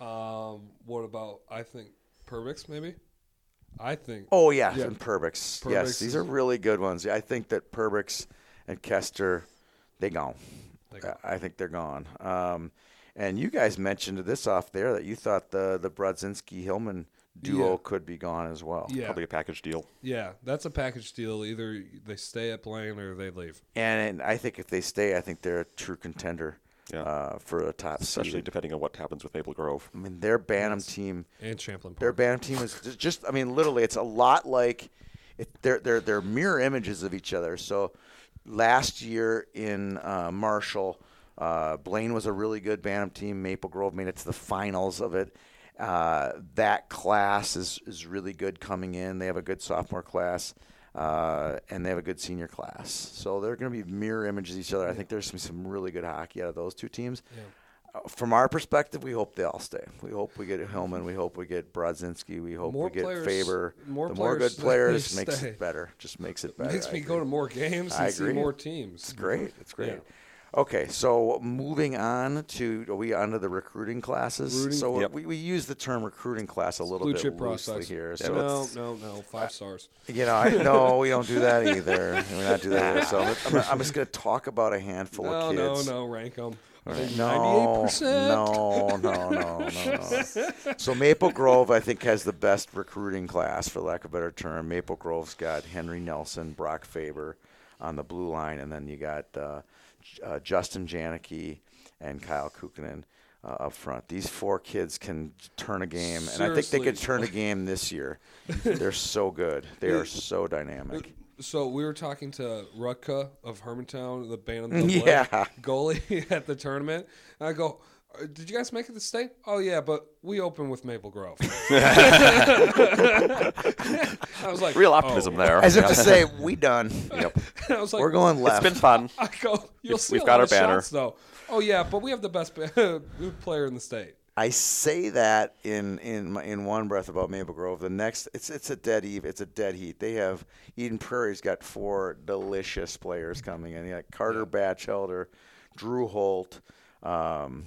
B: Um, what about I think Perbix maybe? I think.
C: Oh yeah,
B: Yeah.
C: and Perbix.
B: Perbix
C: Yes, these are
B: is-
C: really good ones. I think that Perbix and Kester, they gone.
B: They gone.
C: I I think they're gone. Um, and you guys mentioned this off there that you thought the the Brodzinski Hillman duo
B: Yeah.
C: could be gone as well.
B: yeah,
D: Probably a package deal.
B: yeah, that's a package deal. Either they stay at Blaine or they leave.
C: And, and I think if they stay, I think they're a true contender
D: Yeah.
C: uh, for a top
D: Especially
C: seed.
D: depending on what happens with Maple Grove.
C: I mean, their Bantam team.
B: And Champlin
C: Their
B: Park.
C: Bantam team is ju- just, I mean, literally, it's a lot like it, they're, they're, they're mirror images of each other. So last year in uh, Marshall, uh, Blaine was a really good Bantam team. Maple Grove made it to the finals of it. Uh, that class is, is really good coming in. They have a good sophomore class. Uh, and they have a good senior class, so they're going to be mirror images of each other. I think there's some, some really good hockey out of those two teams uh, from our perspective, we hope they all stay. We hope we get Hillman. We hope we get Brodzinski. We hope
B: More
C: we get
B: players-
C: Faber.
B: more
C: the more
B: players *laughs*
C: good
B: that
C: players
B: they
C: makes
B: stay.
C: it better. Just makes it better.
B: Makes
C: I
B: me
C: agree.
B: go to more games
C: I
B: and see
C: agree.
B: more teams.
C: It's great. It's great.
B: Yeah.
C: Okay, so moving on to are we onto the recruiting classes?
B: Recruiting-
C: so
D: Yep.
C: we, we use the term recruiting class a little
B: Blue
C: bit
B: chip
C: loosely
B: prospects
C: here. So
B: no,
C: it's-
B: no, no, five stars. *laughs*
C: you know, I no, we don't do that either. We not do that either. So I'm, I'm just going to talk about a handful
B: No,
C: of
B: no,
C: kids.
B: no, rank them.
C: No,
B: 98%.
C: no, no, no, no, no. *laughs* So Maple Grove, I think, has the best recruiting class, for lack of a better term. Maple Grove's got Henry Nelson, Brock Faber on the blue line, and then you got uh, J- uh, Justin Janicki and Kyle Kukkonen uh, up front. These four kids can turn a game, and I think they could
B: Seriously.
C: turn a game this year. They're so good. They *laughs* are so dynamic.
B: So we were talking to Rutka of Hermantown, the Bantam double A
C: Yeah.
B: goalie *laughs* at the tournament. And I go, "Uh, "Did you guys make it to state?" "Oh yeah, but we open with Maple Grove." *laughs* I was like,
D: Real
B: "Oh."
D: optimism there.
C: As if
D: Yeah.
C: to *laughs* say, we done. Yep.
B: And *laughs* I was like,
C: We're going
D: it's
C: left. *laughs*
D: been fun.
B: I go, "You'll see
D: we've
B: a
D: got
B: lot
D: our
B: of
D: banner."
B: shots though." "Oh yeah, but we have the best ba- *laughs* player in the state."
C: I say that in in my, in one breath about Maple Grove. The next, it's it's a dead eve. It's a dead heat. They have Eden Prairie's got four delicious players coming in. You got Carter Batchelder, Drew Holt, um,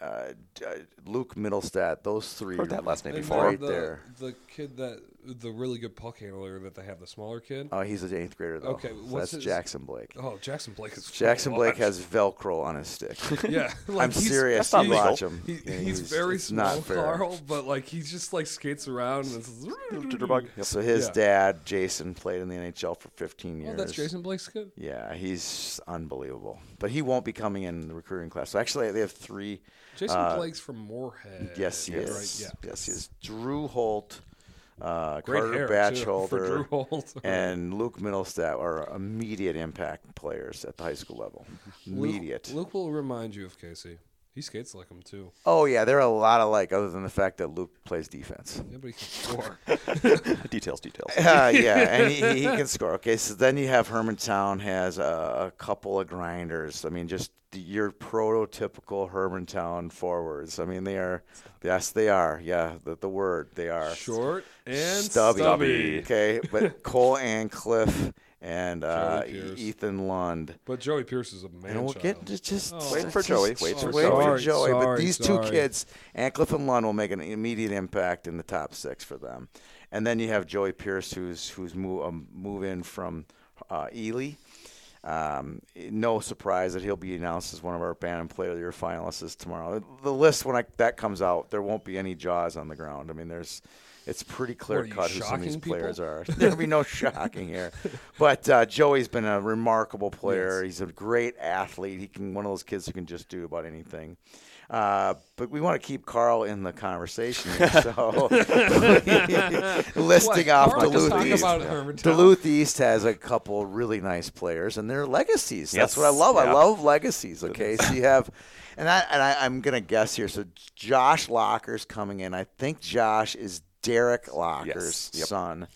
C: uh, d- uh, Luke Middlestat. Those three.
D: Heard that last name
B: And
D: before.
B: then
C: Right
B: the,
C: there.
B: the kid that the really good puck handler that they have, the smaller kid.
C: Oh, he's an eighth grader though.
B: Okay,
C: So
B: what's
C: that's
B: his-
C: Jackson Blake.
B: Oh, Jackson Blake is
C: Jackson
B: fun to
C: Blake
B: watch.
C: has Velcro on
B: *laughs*
C: his stick.
B: Yeah, like
C: I'm
B: he's-
C: serious.
D: that's not
C: You
D: legal.
C: watch him.
B: He,
C: Yeah,
B: he's, very
C: it's
B: small,
C: not fair.
B: Carl, but like he just like skates around and it's
D: Jitterbug. Yep.
C: So his
B: Yeah.
C: dad, Jason, played in the NHL for 15 years.
B: Oh, that's Jason Blake's kid.
C: Yeah, he's unbelievable. But he won't be coming in the recruiting class. So actually, they have three.
B: Jason
C: uh,
B: Blake's from Moorhead.
C: Yes, he
B: right?
C: is.
B: Yeah.
C: Yes, he is. Drew Holt, uh,
B: Great
C: Carter
B: hair, too, *laughs* for Drew
C: Batchelder,
B: Holt. *laughs*
C: and Luke Middlestat are immediate impact players at the high school level.
B: Luke-
C: Immediate.
B: Luke, will remind you of Casey. He skates like him too.
C: Oh yeah, they're a lot alike, other than the fact that Luke plays defense.
B: Yeah, but he can score.
D: Details, details.
B: *laughs*
C: Uh, yeah, and he, he can score. Okay, so then you have Hermantown has a, a couple of grinders. I mean, just the- your prototypical Hermantown forwards. I mean, they are. Yes, they are. Yeah, the, the word they are.
B: Short and
C: Stubby.
B: stubby.
C: Okay, but Cole Ancliffe and uh,
B: Charlie Pierce.
C: Ethan Lund.
B: But Joey Pierce is a man.
C: And we'll
B: child.
C: get to just
B: Oh.
C: wait
D: for Joey, wait for
C: wait for
B: Joey.
C: Joey. but
B: Sorry,
C: these two
B: sorry.
C: kids, Ancliffe and Lund, will make an immediate impact in the top six for them. And then you have Joey Pierce, who's who's move um, move in from uh, Ely. Um, no surprise that he'll be announced as one of our Bantam Player of the Year finalists tomorrow. The, the list when I, that comes out, there won't be any jaws on the ground. I mean, there's it's pretty
B: are
C: clear
B: you,
C: cut who some of these
B: shocking people? *laughs*
C: players are. There'll be no shocking here. But uh, Joey's been a remarkable player. He's a great athlete. He can one of those kids who can just do about anything. Uh, but we want to keep Carl in the conversation, here,
B: *laughs*
C: so *laughs* listing
B: What?
C: off
B: Carl
C: Duluth
B: just talked
C: East.
B: about Hermantown.
C: Duluth East has a couple really nice players, and they're legacies. That's
D: Yes,
C: what I love. I
D: yeah.
C: love legacies. Okay, so you have, and I and I, I'm gonna guess here. So Josh Locker's coming in. I think Josh is Derek Locker's
D: Yes, yep.
C: son,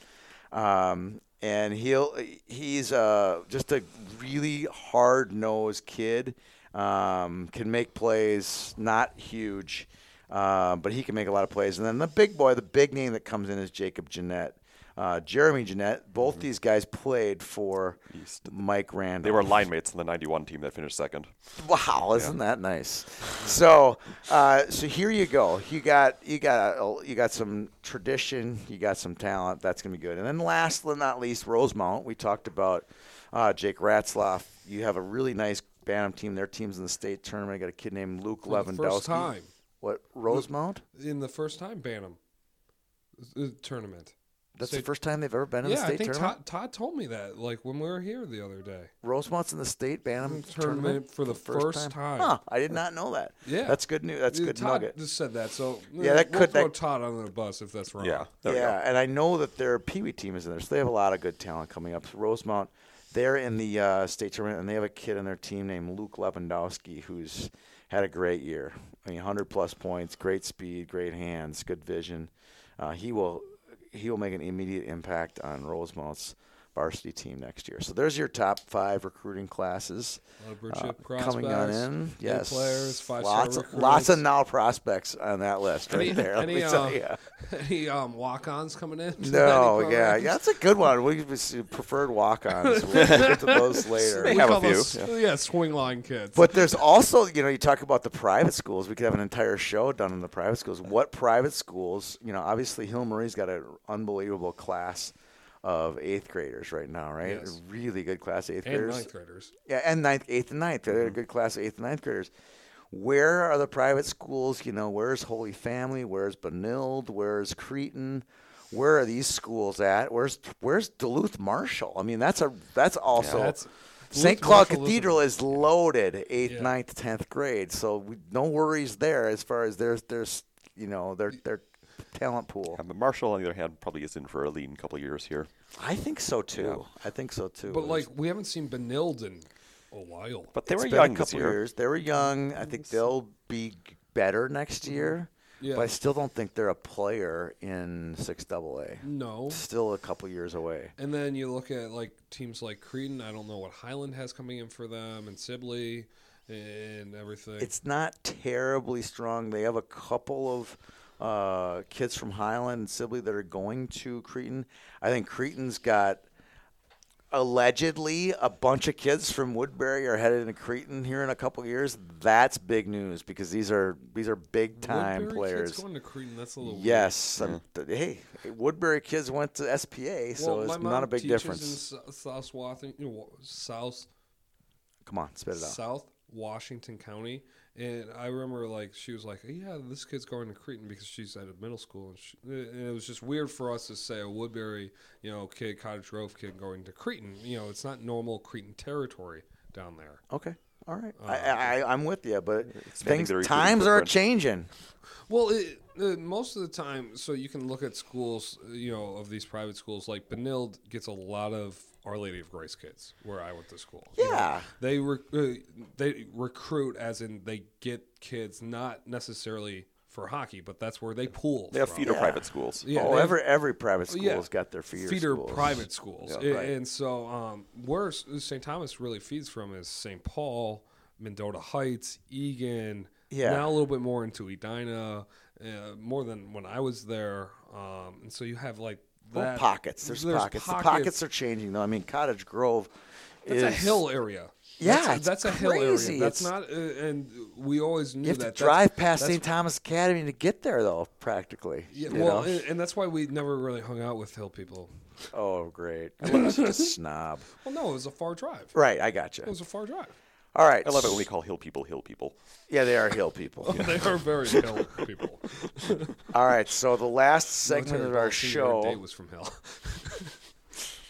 C: um, and he'll he's uh, just a really hard nosed kid. Um, can make plays, not huge, uh, but he can make a lot of plays. And then the big boy, the big name that comes in is Jacob Jeanette. Uh, Jeremy Jeanette, both these guys played for Mike Randall.
D: Mm-hmm. They were line mates in the 91 team that finished second.
C: Wow, isn't that nice? So, uh, so here you go. You got you got uh, you got some tradition. You got some talent. That's gonna be good. And then last but not least, Rosemount. We talked about uh, Jake Ratzloff. You have a really nice Bantam team. Their team's in the state tournament. I got a kid named Luke
B: For the
C: Lewandowski.
B: first time.
C: What Rosemount?
B: in the first time Bantam uh, tournament.
C: That's the
B: State-
C: first time they've ever been in
B: yeah,
C: the
B: I
C: state
B: think
C: tournament.
B: Todd, Todd told me that like when we were here the other day.
C: Rosemount's in the state Bantam
B: Tournament
C: tournament,
B: for the first time.
C: Huh, I did not know that.
B: Yeah.
C: that's good news. That's
B: Uh,
C: good
B: Todd
C: nugget.
B: just said that, so
C: Yeah, that
B: we'll
C: could-
B: throw
C: that-
B: Todd on the bus if that's wrong.
D: Yeah. There we go.
C: yeah, and I know that their Pee Wee team is in there, so they have a lot of good talent coming up. Rosemount, they're in the uh, state tournament, and they have a kid on their team named Luke Lewandowski who's had a great year. I mean, 100 plus points, great speed, great hands, good vision. Uh, he will he will make an immediate impact on Rosemount's varsity team next year. So there's your top five recruiting classes
B: A lot of bridge
C: uh, coming on
B: prospects,
C: in.
B: new
C: Yes,
B: players, five
C: lots
B: star
C: of, lots of now prospects on that list right
B: any,
C: there. Let me
B: any,
C: tell
B: uh,
C: ya.
B: *laughs* any um, walk-ons coming in? *laughs*
C: No,
B: Any
C: yeah,
B: programs?
C: yeah, that's a good one. We was- preferred walk-ons.
B: *laughs*
C: We'll get to those
B: We
C: later.
D: have a
B: call
D: few,
B: those- Yeah. swing line kids.
C: But there's also, you know, you talk about the private schools. We could have an entire show done on the private schools. What private schools? You know, obviously Hill Murray's got an unbelievable class of eighth graders right now, right?
B: Yes.
C: A really good class of eighth
B: and
C: graders.
B: ninth graders.
C: Yeah, and ninth, eighth, and ninth. They're a good class of eighth and ninth graders. Where are the private schools? You know, where's Holy Family? Where's Benilde? Where's Cretin? Where are these schools at? Where's Where's Duluth Marshall? I mean, that's a that's also
B: that's- Duluth
C: St. Cloud
B: Marshall is a-
C: Cathedral is loaded eighth,
B: Yeah.
C: ninth, tenth grade. So we, no worries there as far as there's there's you know their their talent pool.
D: Yeah, but Marshall, on the other hand, probably is in for a lean couple of years here.
C: I think so too. I think so too.
B: But
C: There's-
B: like we haven't seen Benilde in a while.
D: But they
C: It's
D: were
C: been a
D: young this
C: couple
D: year.
C: Years. They were young. I think they'll be better next year.
B: Yeah.
C: But I still don't think they're a player in six double A.
B: no.
C: Still a couple years away.
B: And then you look at like teams like Creedon. I don't know what Highland has coming in for them, and Sibley, and everything.
C: It's not terribly strong. They have a couple of uh, kids from Highland and Sibley that are going to Cretan. I think Cretan's got allegedly a bunch of kids from Woodbury are headed to Creighton here in a couple years. That's big news because these are these are big time
B: Woodbury
C: players.
B: Kids going to Creighton, that's a little weird.
C: Yes. I'm- th- hey, Woodbury kids went to SPA, so
B: Well, my
C: it's not
B: mom
C: a big
B: teaches
C: difference.
B: In S- South, Wathing, South
C: Come on, spit it out.
B: South Washington County, and I remember like she was like, "Yeah, this kid's going to Creighton because she's at a middle school," and, she, and it was just weird for us to say a Woodbury, you know, kid, Cottage Grove kid going to Creighton. You know, it's not normal Creighton territory down there.
C: Okay. All right.
B: Uh,
C: I, I, I- I'm with you, but things
D: their recruiting
C: times are
D: footprint.
C: changing.
B: Well, it, uh, most of the time, so you can look at schools, uh, you know, of these private schools. Like Benilde gets a lot of Our Lady of Grace kids, where I went to school. you know.
C: Yeah.
B: they rec- uh, they recruit as in they get kids not necessarily for hockey, but that's where they pool.
D: They have
B: from.
D: feeder
C: Yeah.
D: private schools.
B: Yeah,
C: oh,
B: they-
C: every every private school's
B: yeah.
C: got their feeder,
B: feeder
C: schools.
B: private schools,
C: Yeah,
B: A-
C: right.
B: and so um, where S- St. Thomas really feeds from is St. Paul, Mendota Heights, Egan.
C: Yeah.
B: now a little bit more into Edina, uh, more than when I was there, um, and so you have like
C: Well,
B: that
C: Oh, pockets. There's, pockets. The pockets are changing though. I mean, Cottage Grove
B: That's
C: is
B: a hill area.
C: Yeah,
B: that's,
C: it's
B: that's a hill area. That's
C: crazy. It's-
B: not, uh, and we always knew
C: You have
B: that.
C: to drive
B: that's,
C: past
B: that's
C: St. Thomas Academy to get there, though, practically.
B: Yeah,
C: you
B: well,
C: know?
B: and, and that's why we never really hung out with hill people.
C: oh,
B: *laughs*
C: great! I love such a snob.
B: Well, no, it was a far drive.
C: Right, I got
B: It
C: you.
B: was a far drive.
C: All right,
D: I love it when we call hill people hill people.
C: Yeah, they are hill
B: *laughs*
C: people.
B: They are very hill people.
C: All right, so the last
D: *laughs*
B: Terry
C: segment of our
B: Ball's senior day
C: show,
B: was from hill.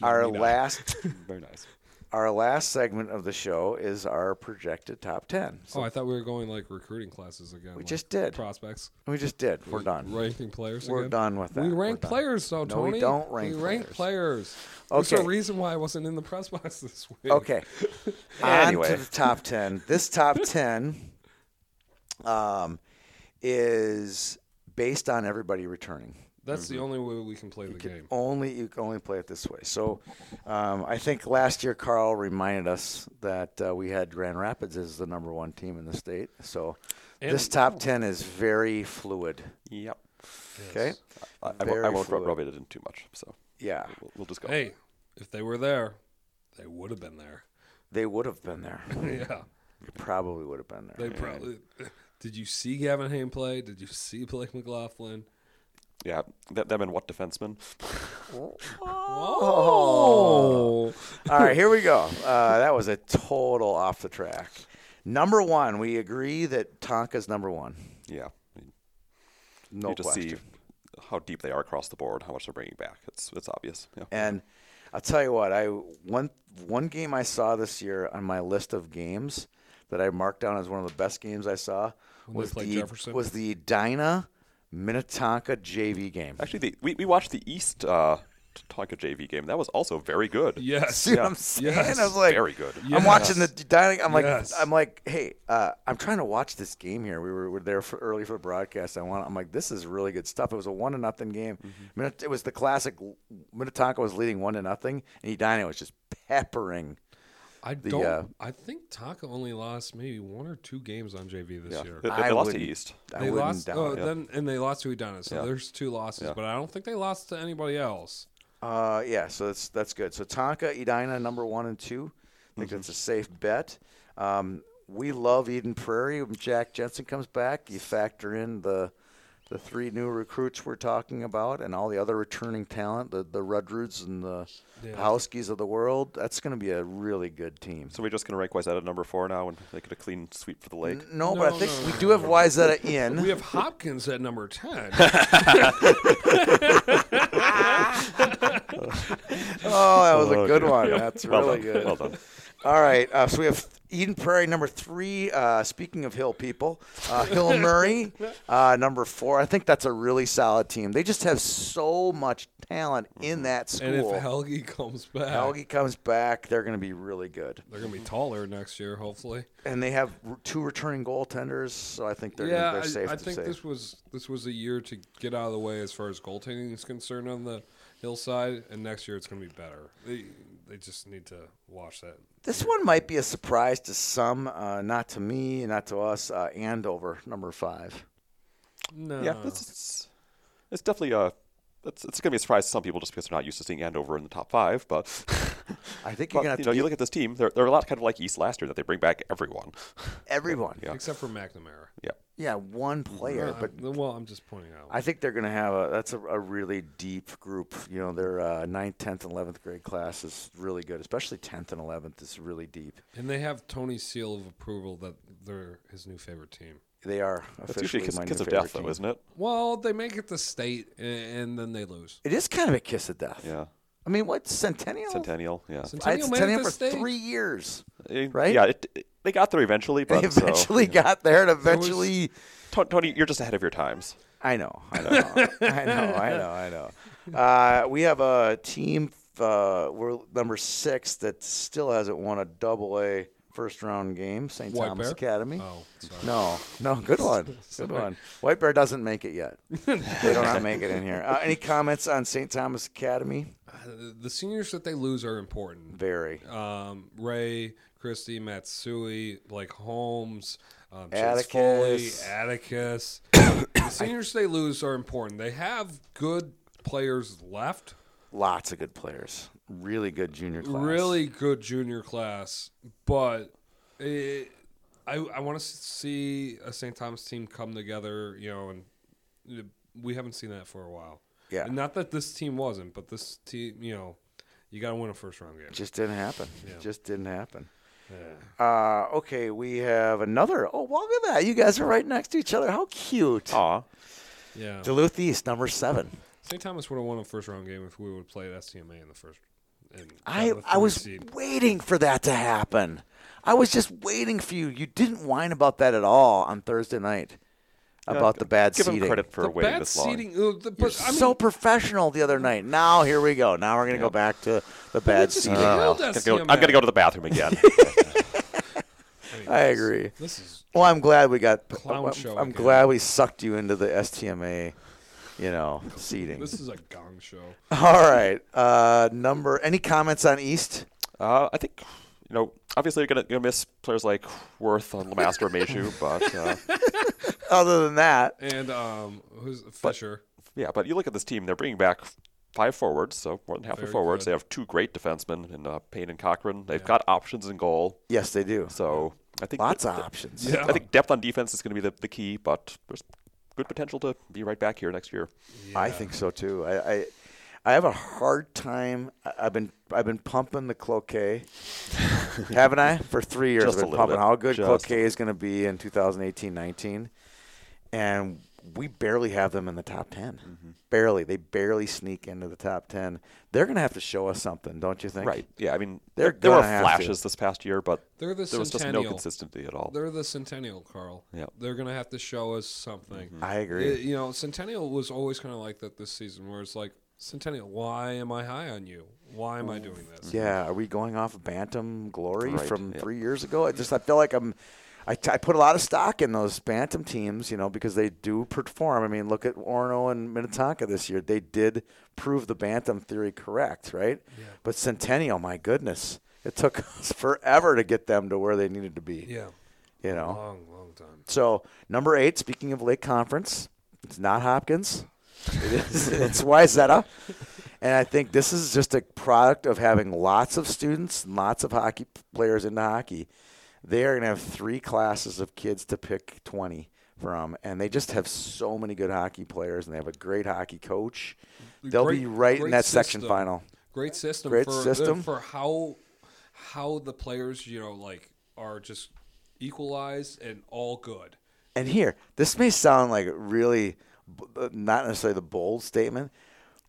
C: our last,
D: *laughs* Very nice.
C: our last segment of the show is our projected top ten. So
B: oh, I thought we were going like recruiting classes again. We
C: just did.
B: prospects.
C: we just did. We're done.
B: Ranking players.
C: We're
B: again?
C: done with that.
B: We
C: We're
B: rank
C: done.
B: players, though,
C: No, we
B: Tony.
C: don't rank
B: We rank players. There's
C: Okay.
B: a reason why I wasn't in the press box *laughs* this week.
D: *laughs*
C: Okay. On
D: Anyway.
C: to the top 10. This
D: *laughs*
C: top 10 um, is based on everybody returning.
B: That's the only way we can play the game.
C: Only you can only play it this way. So, um, I think last year Carl reminded us that uh, we had Grand Rapids as the number one team in the state. So, this
B: And-
C: top ten is very fluid.
D: Yep.
C: Okay,
D: I, I won't- I
C: Very
D: won't rub-
C: fluid.
D: rub it in too much. So
C: yeah,
D: we'll, we'll just go.
B: Hey, if they were there, they would have been
C: *laughs*
B: there.
C: they would have been there.
B: yeah.
C: They probably would have been there.
B: They probably. *laughs* Did you see Gavin Hayne play? Did you see Blake McLaughlin?
D: Yeah, th- them and what defenseman?
B: Oh,
C: All right, here we go. Uh, that was a total off the track. Number one, we agree that Tonka's number one.
D: yeah, you
C: No
D: you just
C: question.
D: see how deep they are across the board, how much they're bringing back. It's it's obvious. Yeah.
C: And I'll tell you what, I one one game I saw this year on my list of games that I marked down as one of the best games I saw
B: they
C: was
B: played
C: the
B: Jefferson?
C: was the Edina Minnetonka JV game. *laughs*
D: Actually, the, we we watched the East uh, Tonka JV game. That was also very good.
B: yes.
C: See what I'm saying?
B: Yes.
C: I was like,
D: Very good.
C: I'm watching the
B: Yes.
C: dining. I'm like,
B: Yes.
C: I'm like, hey, uh, I'm trying to watch this game here. We were, were there for early for the broadcast. I want. I'm like, this is really good stuff. It was a one to nothing game.
B: Mm-hmm.
C: Minneta- It was the classic. Minnetonka was leading one to nothing, and Edina was just peppering.
B: I don't.
C: uh,
B: I think Taka only lost maybe one or two games on JV this
D: Yeah.
B: year.
D: They,
C: I
D: they lost the
C: wouldn't-
D: East.
C: I
B: they
C: wouldn't
B: lost.
C: doubt
B: oh,
C: it.
B: then and they lost to Udana. So
D: Yeah.
B: there's two losses,
D: Yeah.
B: but I don't think they lost to anybody
C: *laughs*
B: else.
C: Uh, yeah, so that's that's good. So Tonka, Edina, number one and two. I
B: Mm-hmm.
C: think that's a safe bet. Um, we love Eden Prairie. When Jack Jensen comes back, you factor in the the three new recruits we're talking about and all the other returning talent, the the Rudroods and the
B: Yeah.
C: Howskis of the world. That's going to be a really good team.
D: So we're just gonna rank Wise at number four now and make it a clean sweep for the lake.
C: No, but I
B: No,
C: think
B: no,
C: we
B: no,
C: do have Wayzata
B: *laughs*
C: in.
B: We have Hopkins at number
C: *laughs*
B: ten.
C: oh, that was a good
D: Okay.
C: one.
B: *laughs*
D: Yeah.
C: That's
D: Well
C: really
D: done.
C: good. *laughs*
D: Well done.
C: All right. Uh, so we have Eden Prairie, number three. Uh, speaking of Hill people, uh, Hill Murray, uh, number four. I think that's a really solid team. They just have so much talent in that
B: and if
C: school.
B: Helgi comes back,
C: Helgi comes back, they're going to be really good.
B: they're gonna be taller next year, hopefully.
C: And they have r- two returning goaltenders, so I think they're,
B: yeah,
C: they're safe
B: I, I
C: to
B: think
C: say.
B: this was this was a year to get out of the way as far as goaltending is concerned on the hillside, and next year it's going to be better. They they just need to watch that.
C: This one might be a surprise to some, uh, not to me, not to us. Uh, Andover, number five.
B: No,
D: Yeah, it's, it's, it's definitely a that's it's gonna be a surprise to some people just because they're not used to seeing Andover in the top five. But
C: I think you're gonna
D: but,
C: have
D: you
C: to
D: know you
C: get
D: look at this team, they're they're a lot kind of like East last year that they bring back
C: *laughs*
D: everyone.
C: everyone. Yeah,
D: Yeah. Mm-hmm.
B: except for McNamara.
C: one player, but
B: I- well, I'm just pointing out.
C: I think they're going to have a that's a, a really deep group. You know, their uh, 9th, 10th, and 11th grade class is really good, especially 10th and 11th is really deep.
B: and they have Tony's seal of approval that they're his new favorite team.
C: They are
D: That's
C: officially
D: usually kiss,
C: my
D: kiss
C: new
D: of death,
C: favorite team.
D: though, isn't it?
B: Well, they make it to state, a- and then they lose.
C: It is kind of a kiss of death.
D: Yeah,
C: I mean, what centennial?
D: Centennial. Yeah,
C: I had
B: Centennial made it
C: centennial
B: to
C: for
B: state.
C: three years.
D: Eh,
C: right?
D: Yeah, it, it- they got there eventually,
C: They
D: but so-
C: eventually got there, and eventually.
D: Ton- Tony, you're just ahead of your times.
C: I know, I know, I know, I know, I
B: *laughs*
C: know. Uh, we have a team. Uh, we're number six that still hasn't won a double A first round game. St.
B: White
C: Thomas
B: Bear?
C: Academy.
B: Oh, sorry.
C: No,
B: *laughs*
C: no, good one, good one. White Bear doesn't make it yet. they do not make it in here. Uh, any comments on St. Thomas Academy?
B: Uh, The seniors that they lose are important.
C: Very.
B: Um, Ray, Christie, Matsui, like Holmes, um, Chase
C: Atticus.
B: Foley, Atticus. the seniors they lose are important. They have good players left.
C: Lots of good players. Really good junior class.
B: really good junior class, but it, I I want to see a St. Thomas team come together. You know, and uh, we haven't seen that for a while.
C: Yeah.
B: And not that this team wasn't, but this team, you know, you got to win a first round game.
C: Just didn't happen.
B: Yeah.
C: Just didn't happen.
B: Yeah.
C: Uh, okay, we have another. Oh, well, look at that. You guys are right next to each other. How cute.
D: Aw.
B: Yeah.
C: Duluth East, number seven.
B: St. Thomas would have won a first round game if we would have played STMA in the first. And
C: I,
B: gotten the
C: I was
B: three seed.
C: waiting for that to happen. I was just waiting for you. You didn't whine about that at all on Thursday night about the bad
D: Give
C: seating.
D: him credit for
B: the
D: waiting
B: bad
D: this long.
B: seating. uh, the-
C: You're
B: but, I mean,
C: so professional the other night. Now here we go. Now we're gonna go back to the bad
B: just
C: seating.
B: killed
C: Well,
B: us.
D: Gotta go-
B: STMA.
D: I'm gonna go to the
B: *laughs*
D: bathroom again.
B: mean,
C: I
B: this-
C: agree.
B: This is
C: Well, I'm glad we got.
B: Clown
C: I'm,
B: show
C: I'm
B: again.
C: glad we sucked you into the STMA, you
B: *laughs*
C: know, seating.
B: this is a gong show.
C: All right. Uh, number. Any comments on East?
D: uh, I think you know. Obviously, you're gonna, you're gonna miss players like Worth on Lamaster
B: *laughs*
D: and Meju, but uh,
C: Other than that,
B: And um, who's Fisher?
D: yeah. But you look at this team; they're bringing back five forwards, so more than half
B: Very
D: the forwards.
B: good.
D: They have two great defensemen in uh, Payne and Cochran. They've got options in goal,
C: yes, they do.
D: so I think
C: Lots
D: that-
C: of options.
B: Yeah.
D: I think depth on defense is going to be the, the key, but there's good potential to be right back here next year.
C: I think so too. I, I, I have a hard time. I- I've been I've been pumping the
D: *laughs*
C: Cloquet, haven't I? For three years,
D: Just
C: I've
D: a
C: been
D: little
C: pumping
D: bit.
C: how good
D: Just a
C: Cloquet is going to be in 2018-19, and we barely have them in the top 10
D: Mm-hmm.
C: Barely, they barely sneak into the top ten. They're going to have to show us something, don't you think?
D: Right. Yeah. I mean,
C: They're
D: there were
C: gonna have to.
D: flashes this past year, but
B: They're the
D: there was just no
B: centennial.
D: consistency at all.
B: They're the Centennial, Carl.
D: Yeah.
B: They're going to have to show us something.
C: Mm-hmm. I agree.
B: Y- you know, Centennial was always kind of like that this season, where it's like, Centennial, why am I high on you? Why am I
C: Mm-hmm.
B: doing this?
C: Yeah, are we going off of Bantam glory
D: Mm-hmm. Right,
C: from
D: yeah.
C: three years ago? I just I feel like I'm. I, t- I put a lot of stock in those Bantam teams, you know, because they do perform. I mean, look at Orno and Minnetonka this year. They did prove the Bantam theory correct, right? But Centennial, my goodness, it took *laughs* us forever to get them to where they needed to be,
B: Yeah.
C: you know.
B: Long, long time.
C: So number eight, speaking of late conference, it's not Hopkins. It is *laughs* it's Wyzetta. And I think this is just a product of having lots of students and lots of hockey p- players into hockey. They are going to have three classes of kids to pick 20 from. And they just have so many good hockey players and they have a great hockey coach. They'll be
B: Great-
C: right in
B: great
C: that section
B: system.
C: final.
B: Great system.
C: Great
B: for,
C: system.
B: For how, how the players, you know, like, are just equalized and all good.
C: And here, this may sound like really b- uh, not necessarily the bold statement,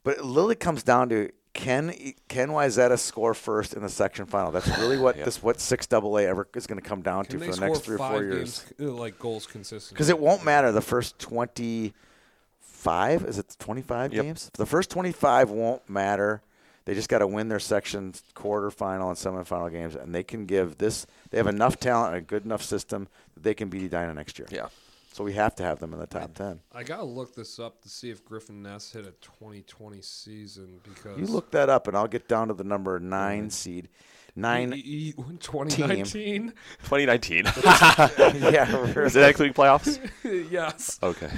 C: but it literally comes down to can e, can Wyzetta score first in the section final? That's really
D: *laughs*
C: what this what six double A ever is going to come down
B: Can they
C: to for the
B: score
C: next three or
B: five
C: four years.
B: games, uh, like, goals consistently?
C: Because it won't matter the first twenty five. Is it twenty five
D: Yep.
C: games? The first twenty five won't matter. They just got to win their section quarterfinal and semifinal games, and they can give this. They have enough talent and a good enough system that they can be Edina next year.
B: *laughs*
D: yeah.
C: So we have to have them in the top ten.
B: I gotta look this up to see if Griffin Ness hit a 2020 season because
C: You look that up, and I'll get down to the number nine seed. nine.
B: E- 2019.
D: *laughs* 2019.
C: *laughs* yeah, *laughs*
D: Is
C: we're-
D: it actually playoffs?
B: *laughs* yes.
D: Okay.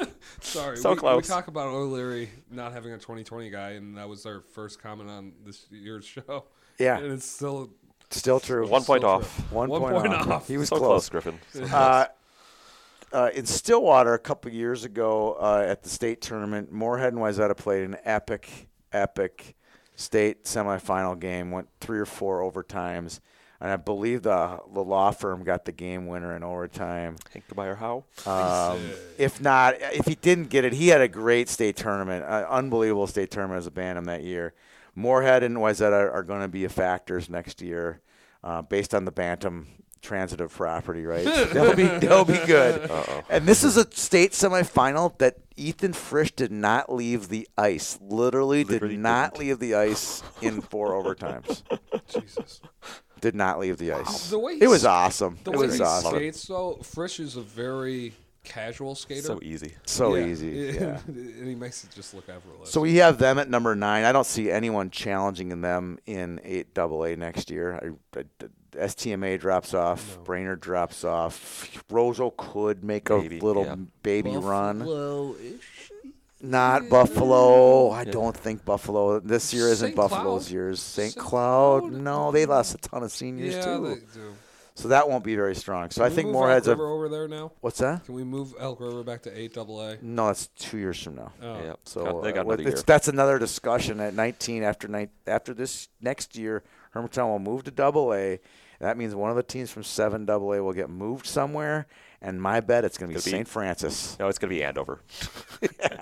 D: *laughs*
B: Sorry.
D: So
B: we,
D: close.
B: We talk about O'Leary not having a 2020 guy, and that was our first comment on this year's *laughs* show.
C: Yeah.
B: And it's still
C: still true.
D: One point
B: Still
D: off.
C: One
B: One
C: point,
B: point
C: off.
B: off.
C: He was
D: so
C: close.
D: close, Griffin. So
C: Uh, uh, in Stillwater a couple years ago uh, at the state tournament, Moorhead and Wayzata played an epic, epic state semifinal game. Went three or four overtimes, and I believe the the law firm got the game winner in overtime.
D: Hank Meyer Howe.
B: Uh,
C: Um, if not, if he didn't get it, he had a great state tournament, uh, unbelievable state tournament as a Bantam that year. Moorhead and Wayzata are, are going to be factors next year, uh, based on the Bantam transitive property,
B: *laughs*
C: right? they'll be they'll be good. And this is a state semifinal that Ethan Frisch did not leave the ice. Literally,
D: Literally
C: did not
D: didn't.
C: leave the ice in
D: *laughs*
C: four overtimes. *laughs*
B: Jesus.
C: Did not leave the ice.
B: The way he
C: it was
B: s-
C: awesome.
B: The
C: It
B: way
C: was
B: he
C: awesome.
B: skates, though, Frisch is a very casual skater.
D: So easy.
C: So
B: Yeah. *laughs*
C: easy. Yeah.
B: and he makes it just look effortless.
C: So we have them at number nine. I don't see anyone challenging them in eight double A next year. I, I, STMA drops off. Brainerd drops off. Roseau could make a
D: Maybe,
C: little
D: yeah.
C: baby run. Not Buffalo. I don't think Buffalo. This year isn't
B: St.
C: Buffalo's
B: Cloud.
C: years. St.
B: St.
C: Cloud.
B: Cloud.
C: No, they lost a ton of seniors
B: yeah,
C: too.
B: they do.
C: so that won't be very strong. So
B: Can
C: I
B: we
C: think
B: move
C: Moorhead's
B: Elk River
C: a.
B: over there now.
C: What's that?
B: Can we move Elk River back to eight double A?
C: No, that's two years from now.
B: Oh.
D: Yep.
C: So
D: Got- they
C: uh,
D: got
C: what-
D: another
C: it's-
D: year.
C: that's another discussion at 19 after nine, after this next year, Hermantown will move to Double A. That means one of the teams from seven Double A will get moved somewhere, and my bet it's going to be
D: Could be.
C: St.
D: *laughs*
C: Francis
D: No, it's going to
B: *laughs*
D: be Andover.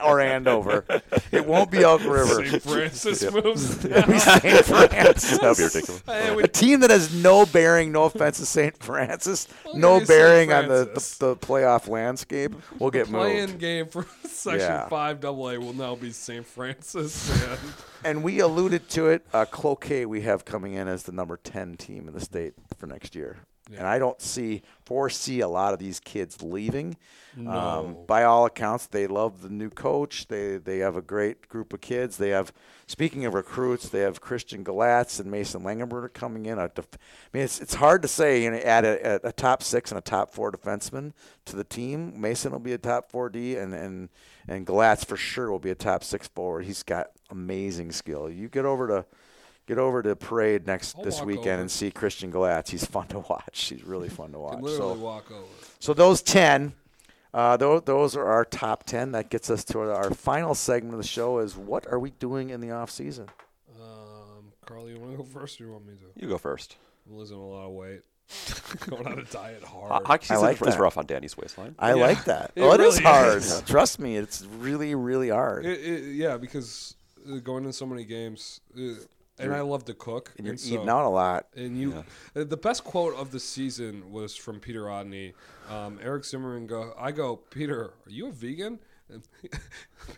C: or Andover. it won't be Elk River.
B: St. Oh. *laughs*
C: *laughs*
B: Francis moves
C: It'll be St. Francis.
D: That would be ridiculous.
B: *laughs* Hey, we-
C: A team that has no bearing, no offense to St. Francis, no
B: Okay, St.
C: bearing on the,
B: Francis.
C: the, the playoff landscape will get moved.
B: playing game for *laughs* Section
C: Yeah.
B: Five Double A will now be St. Francis. *laughs* And
C: And we alluded to it. Uh, Cloquet we have coming in as the number 10 team in the state for next year. And I don't see foresee a lot of these kids leaving. Um, by all accounts, they love the new coach. They they have a great group of kids. They have, speaking of recruits, they have Christian Galatz and Mason Langenberger coming in. A def- I mean, it's it's hard to say. You know, add a, a, a top six and a top four defenseman to the team. Mason will be a top four D, and and and Galatz for sure will be a top six forward. He's got amazing skill. You get over to get over to Parade next
B: I'll
C: this
B: walk
C: weekend
B: over.
C: and see Christian Galatz. He's fun to watch.
B: *laughs*
C: He's really fun to watch.
B: literally
C: So,
B: walk over.
C: so those ten, uh, those, those are our top ten. That gets us to our, our final segment of the show. Is what are we doing in the off season?
B: Um, Carly, you want to go first, or you want me to?
D: You go first.
B: I'm losing a lot of
C: *laughs*
B: weight. going on a diet
D: Uh,
B: hard.
D: hockey season
C: like
D: is
C: that.
D: rough on Danny's waistline.
C: I
B: Yeah.
C: like that.
B: *laughs* It
C: oh, it is
B: really
C: hard.
B: is.
C: *laughs* Trust me, it's really, really hard.
B: It, it, yeah, because uh, going to so many games, uh, and I love to cook.
C: and you're
B: so-
C: eating out a lot.
B: And you, uh, the best quote of the season was from Peter Rodney. Um, Eric Zimmerman go, I go, Peter, are you a vegan? And *laughs*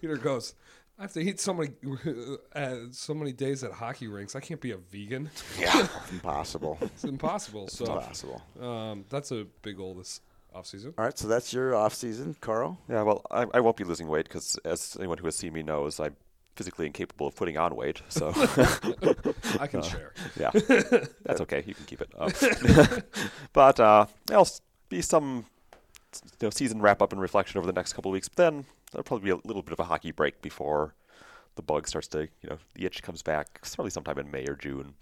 B: Peter goes, I have to eat so many, *laughs* uh, so many days at hockey rinks. I can't be a vegan. *laughs*
C: Yeah, impossible.
B: It's impossible. so
C: impossible.
B: um, that's a big goal this offseason.
C: All right, so that's your off season, Carl.
D: Yeah, well, I, I won't be losing weight because, as anyone who has seen me knows, I'm physically incapable of putting on weight.
B: *laughs*
D: *laughs* So,
B: I
C: Uh,
B: can share.
D: yeah, that's okay. You can keep it. Uh, *laughs* but uh, there'll s- be some you know, season wrap up and reflection over the next couple of weeks. But then there'll probably be a little bit of a hockey break before the bug starts to, you know, the itch comes back. It's probably sometime in May or June.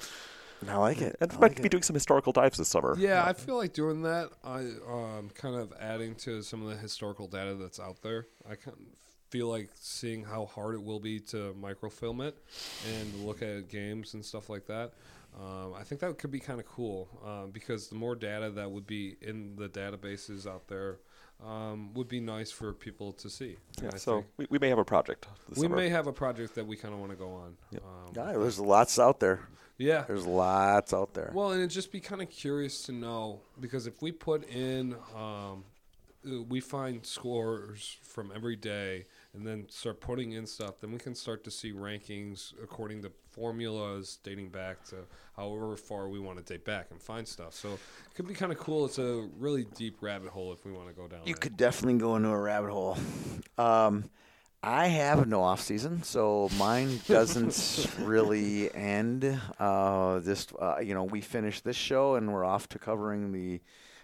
C: I like it.
D: And
C: I
D: we
C: like
D: might be
C: it.
D: doing some historical dives this summer.
B: Yeah, I feel like doing that. I um, kind of adding to some of the historical data that's out there. I kind of feel like seeing how hard it will be to microfilm it and look at games and stuff like that. Um, I think that could be kind of cool um, because the more data that would be in the databases out there um, would be nice for people to see.
D: Yeah,
B: I
D: so
B: think.
D: we, we may have a project this
B: we
D: summer.
B: may have a project that we kind of want to go on. Um,
C: Yeah, there's lots out there.
B: yeah,
C: There's lots out there.
B: Well, and it'd just be kind of curious to know because if we put in, um, uh, we find scores from every day and then start putting in stuff, then we can start to see rankings according to formulas dating back to however far we want to date back and find stuff. So it could be kind of cool. It's a really deep rabbit hole if we want to go down.
C: You
B: that.
C: could definitely go into a rabbit hole. Um, I have no off season, so mine doesn't really end. Uh, this, uh, you know, we finish this show and we're off to covering the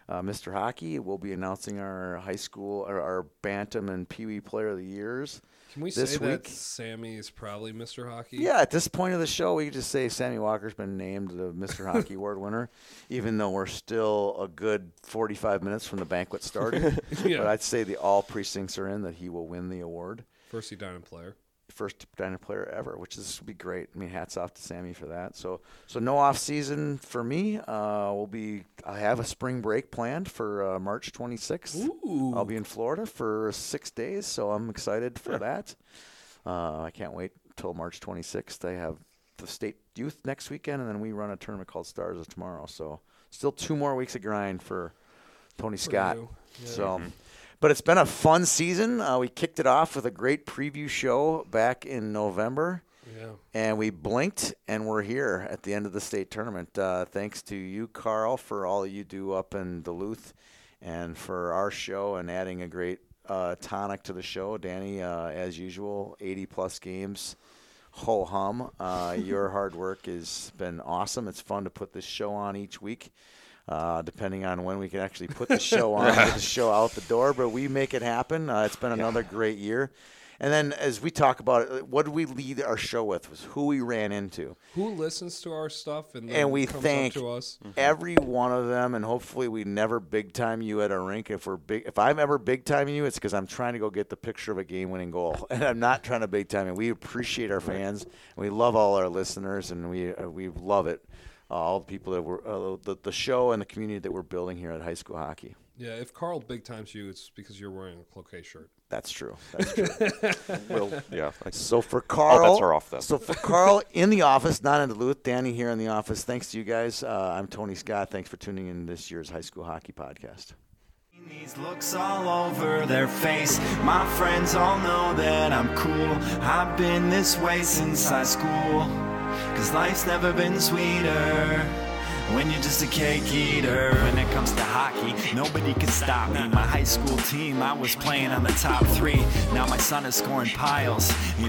C: uh, Mr. Hockey. We'll be announcing our high school, or our Bantam and Pee Wee Player of the Years.
B: Can we
C: this
B: say
C: week.
B: that Sammy is probably Mr. Hockey?
C: Yeah, at this point of the show, we could just say Sammy Walker's been named the
B: *laughs*
C: Mr. Hockey Award winner, even though we're still a good 45 minutes from the banquet starting.
B: *laughs* Yeah.
C: But I'd say the all precincts are in that he will win the award.
B: First he died in player.
C: First Diner player ever, which is would be great. I mean, hats off to Sammy for that. So, so no off season for me. Uh, we'll be. I have a spring break planned for uh, March 26th.
B: Ooh.
C: I'll be in Florida for six days, so I'm excited for that. Uh, I can't wait till March 26th. I have the state youth next weekend, and then we run a tournament called Stars of Tomorrow. So still two more weeks of grind for Tony Scott.
B: you.
C: So, but it's been a fun season. Uh, we kicked it off with a great preview show back in November.
B: Yeah.
C: And we blinked, and we're here at the end of the state tournament. Uh, thanks to you, Carl, for all you do up in Duluth, and for our show and adding a great uh, tonic to the show. Danny, uh, as usual, 80 plus games, ho hum. Uh, your hard work has been awesome. It's fun to put this show on each week. Uh, depending on when we can actually put the show on, get the show out the door, but we make it happen. Uh, it's been another great year. And then as we talk about it, what did we lead our show with was who we ran into.
B: Who listens to our stuff and then
C: And we
B: comes
C: thank
B: up to us?
C: every one of them and hopefully we never big time you at a rink. If we're big if I'm ever big timing you, it's because I'm trying to go get the picture of a game winning goal. *laughs* And I'm not trying to big time you. We appreciate our fans. we love all our listeners and we uh, we love it. Uh, all the people that were uh, the, the show and the community that we're building here at high school hockey.
B: Yeah, if Carl big times you, it's because you're wearing a cloquet shirt.
C: That's true. That's true. we'll,
D: Yeah. I-
C: So for Carl,
D: her off then.
C: So for Carl in the office, not in Duluth, Danny here in the office. Thanks to you guys. Uh, I'm Tony Scott. Thanks for tuning in this year's high school hockey podcast.
A: These looks all over their face. My friends all know that I'm cool. I've been this way since high school. Cause life's never been sweeter. When you're just a cake eater. When it comes to hockey, nobody can stop me. My high school team, I was playing on the top three. Now my son is scoring piles. You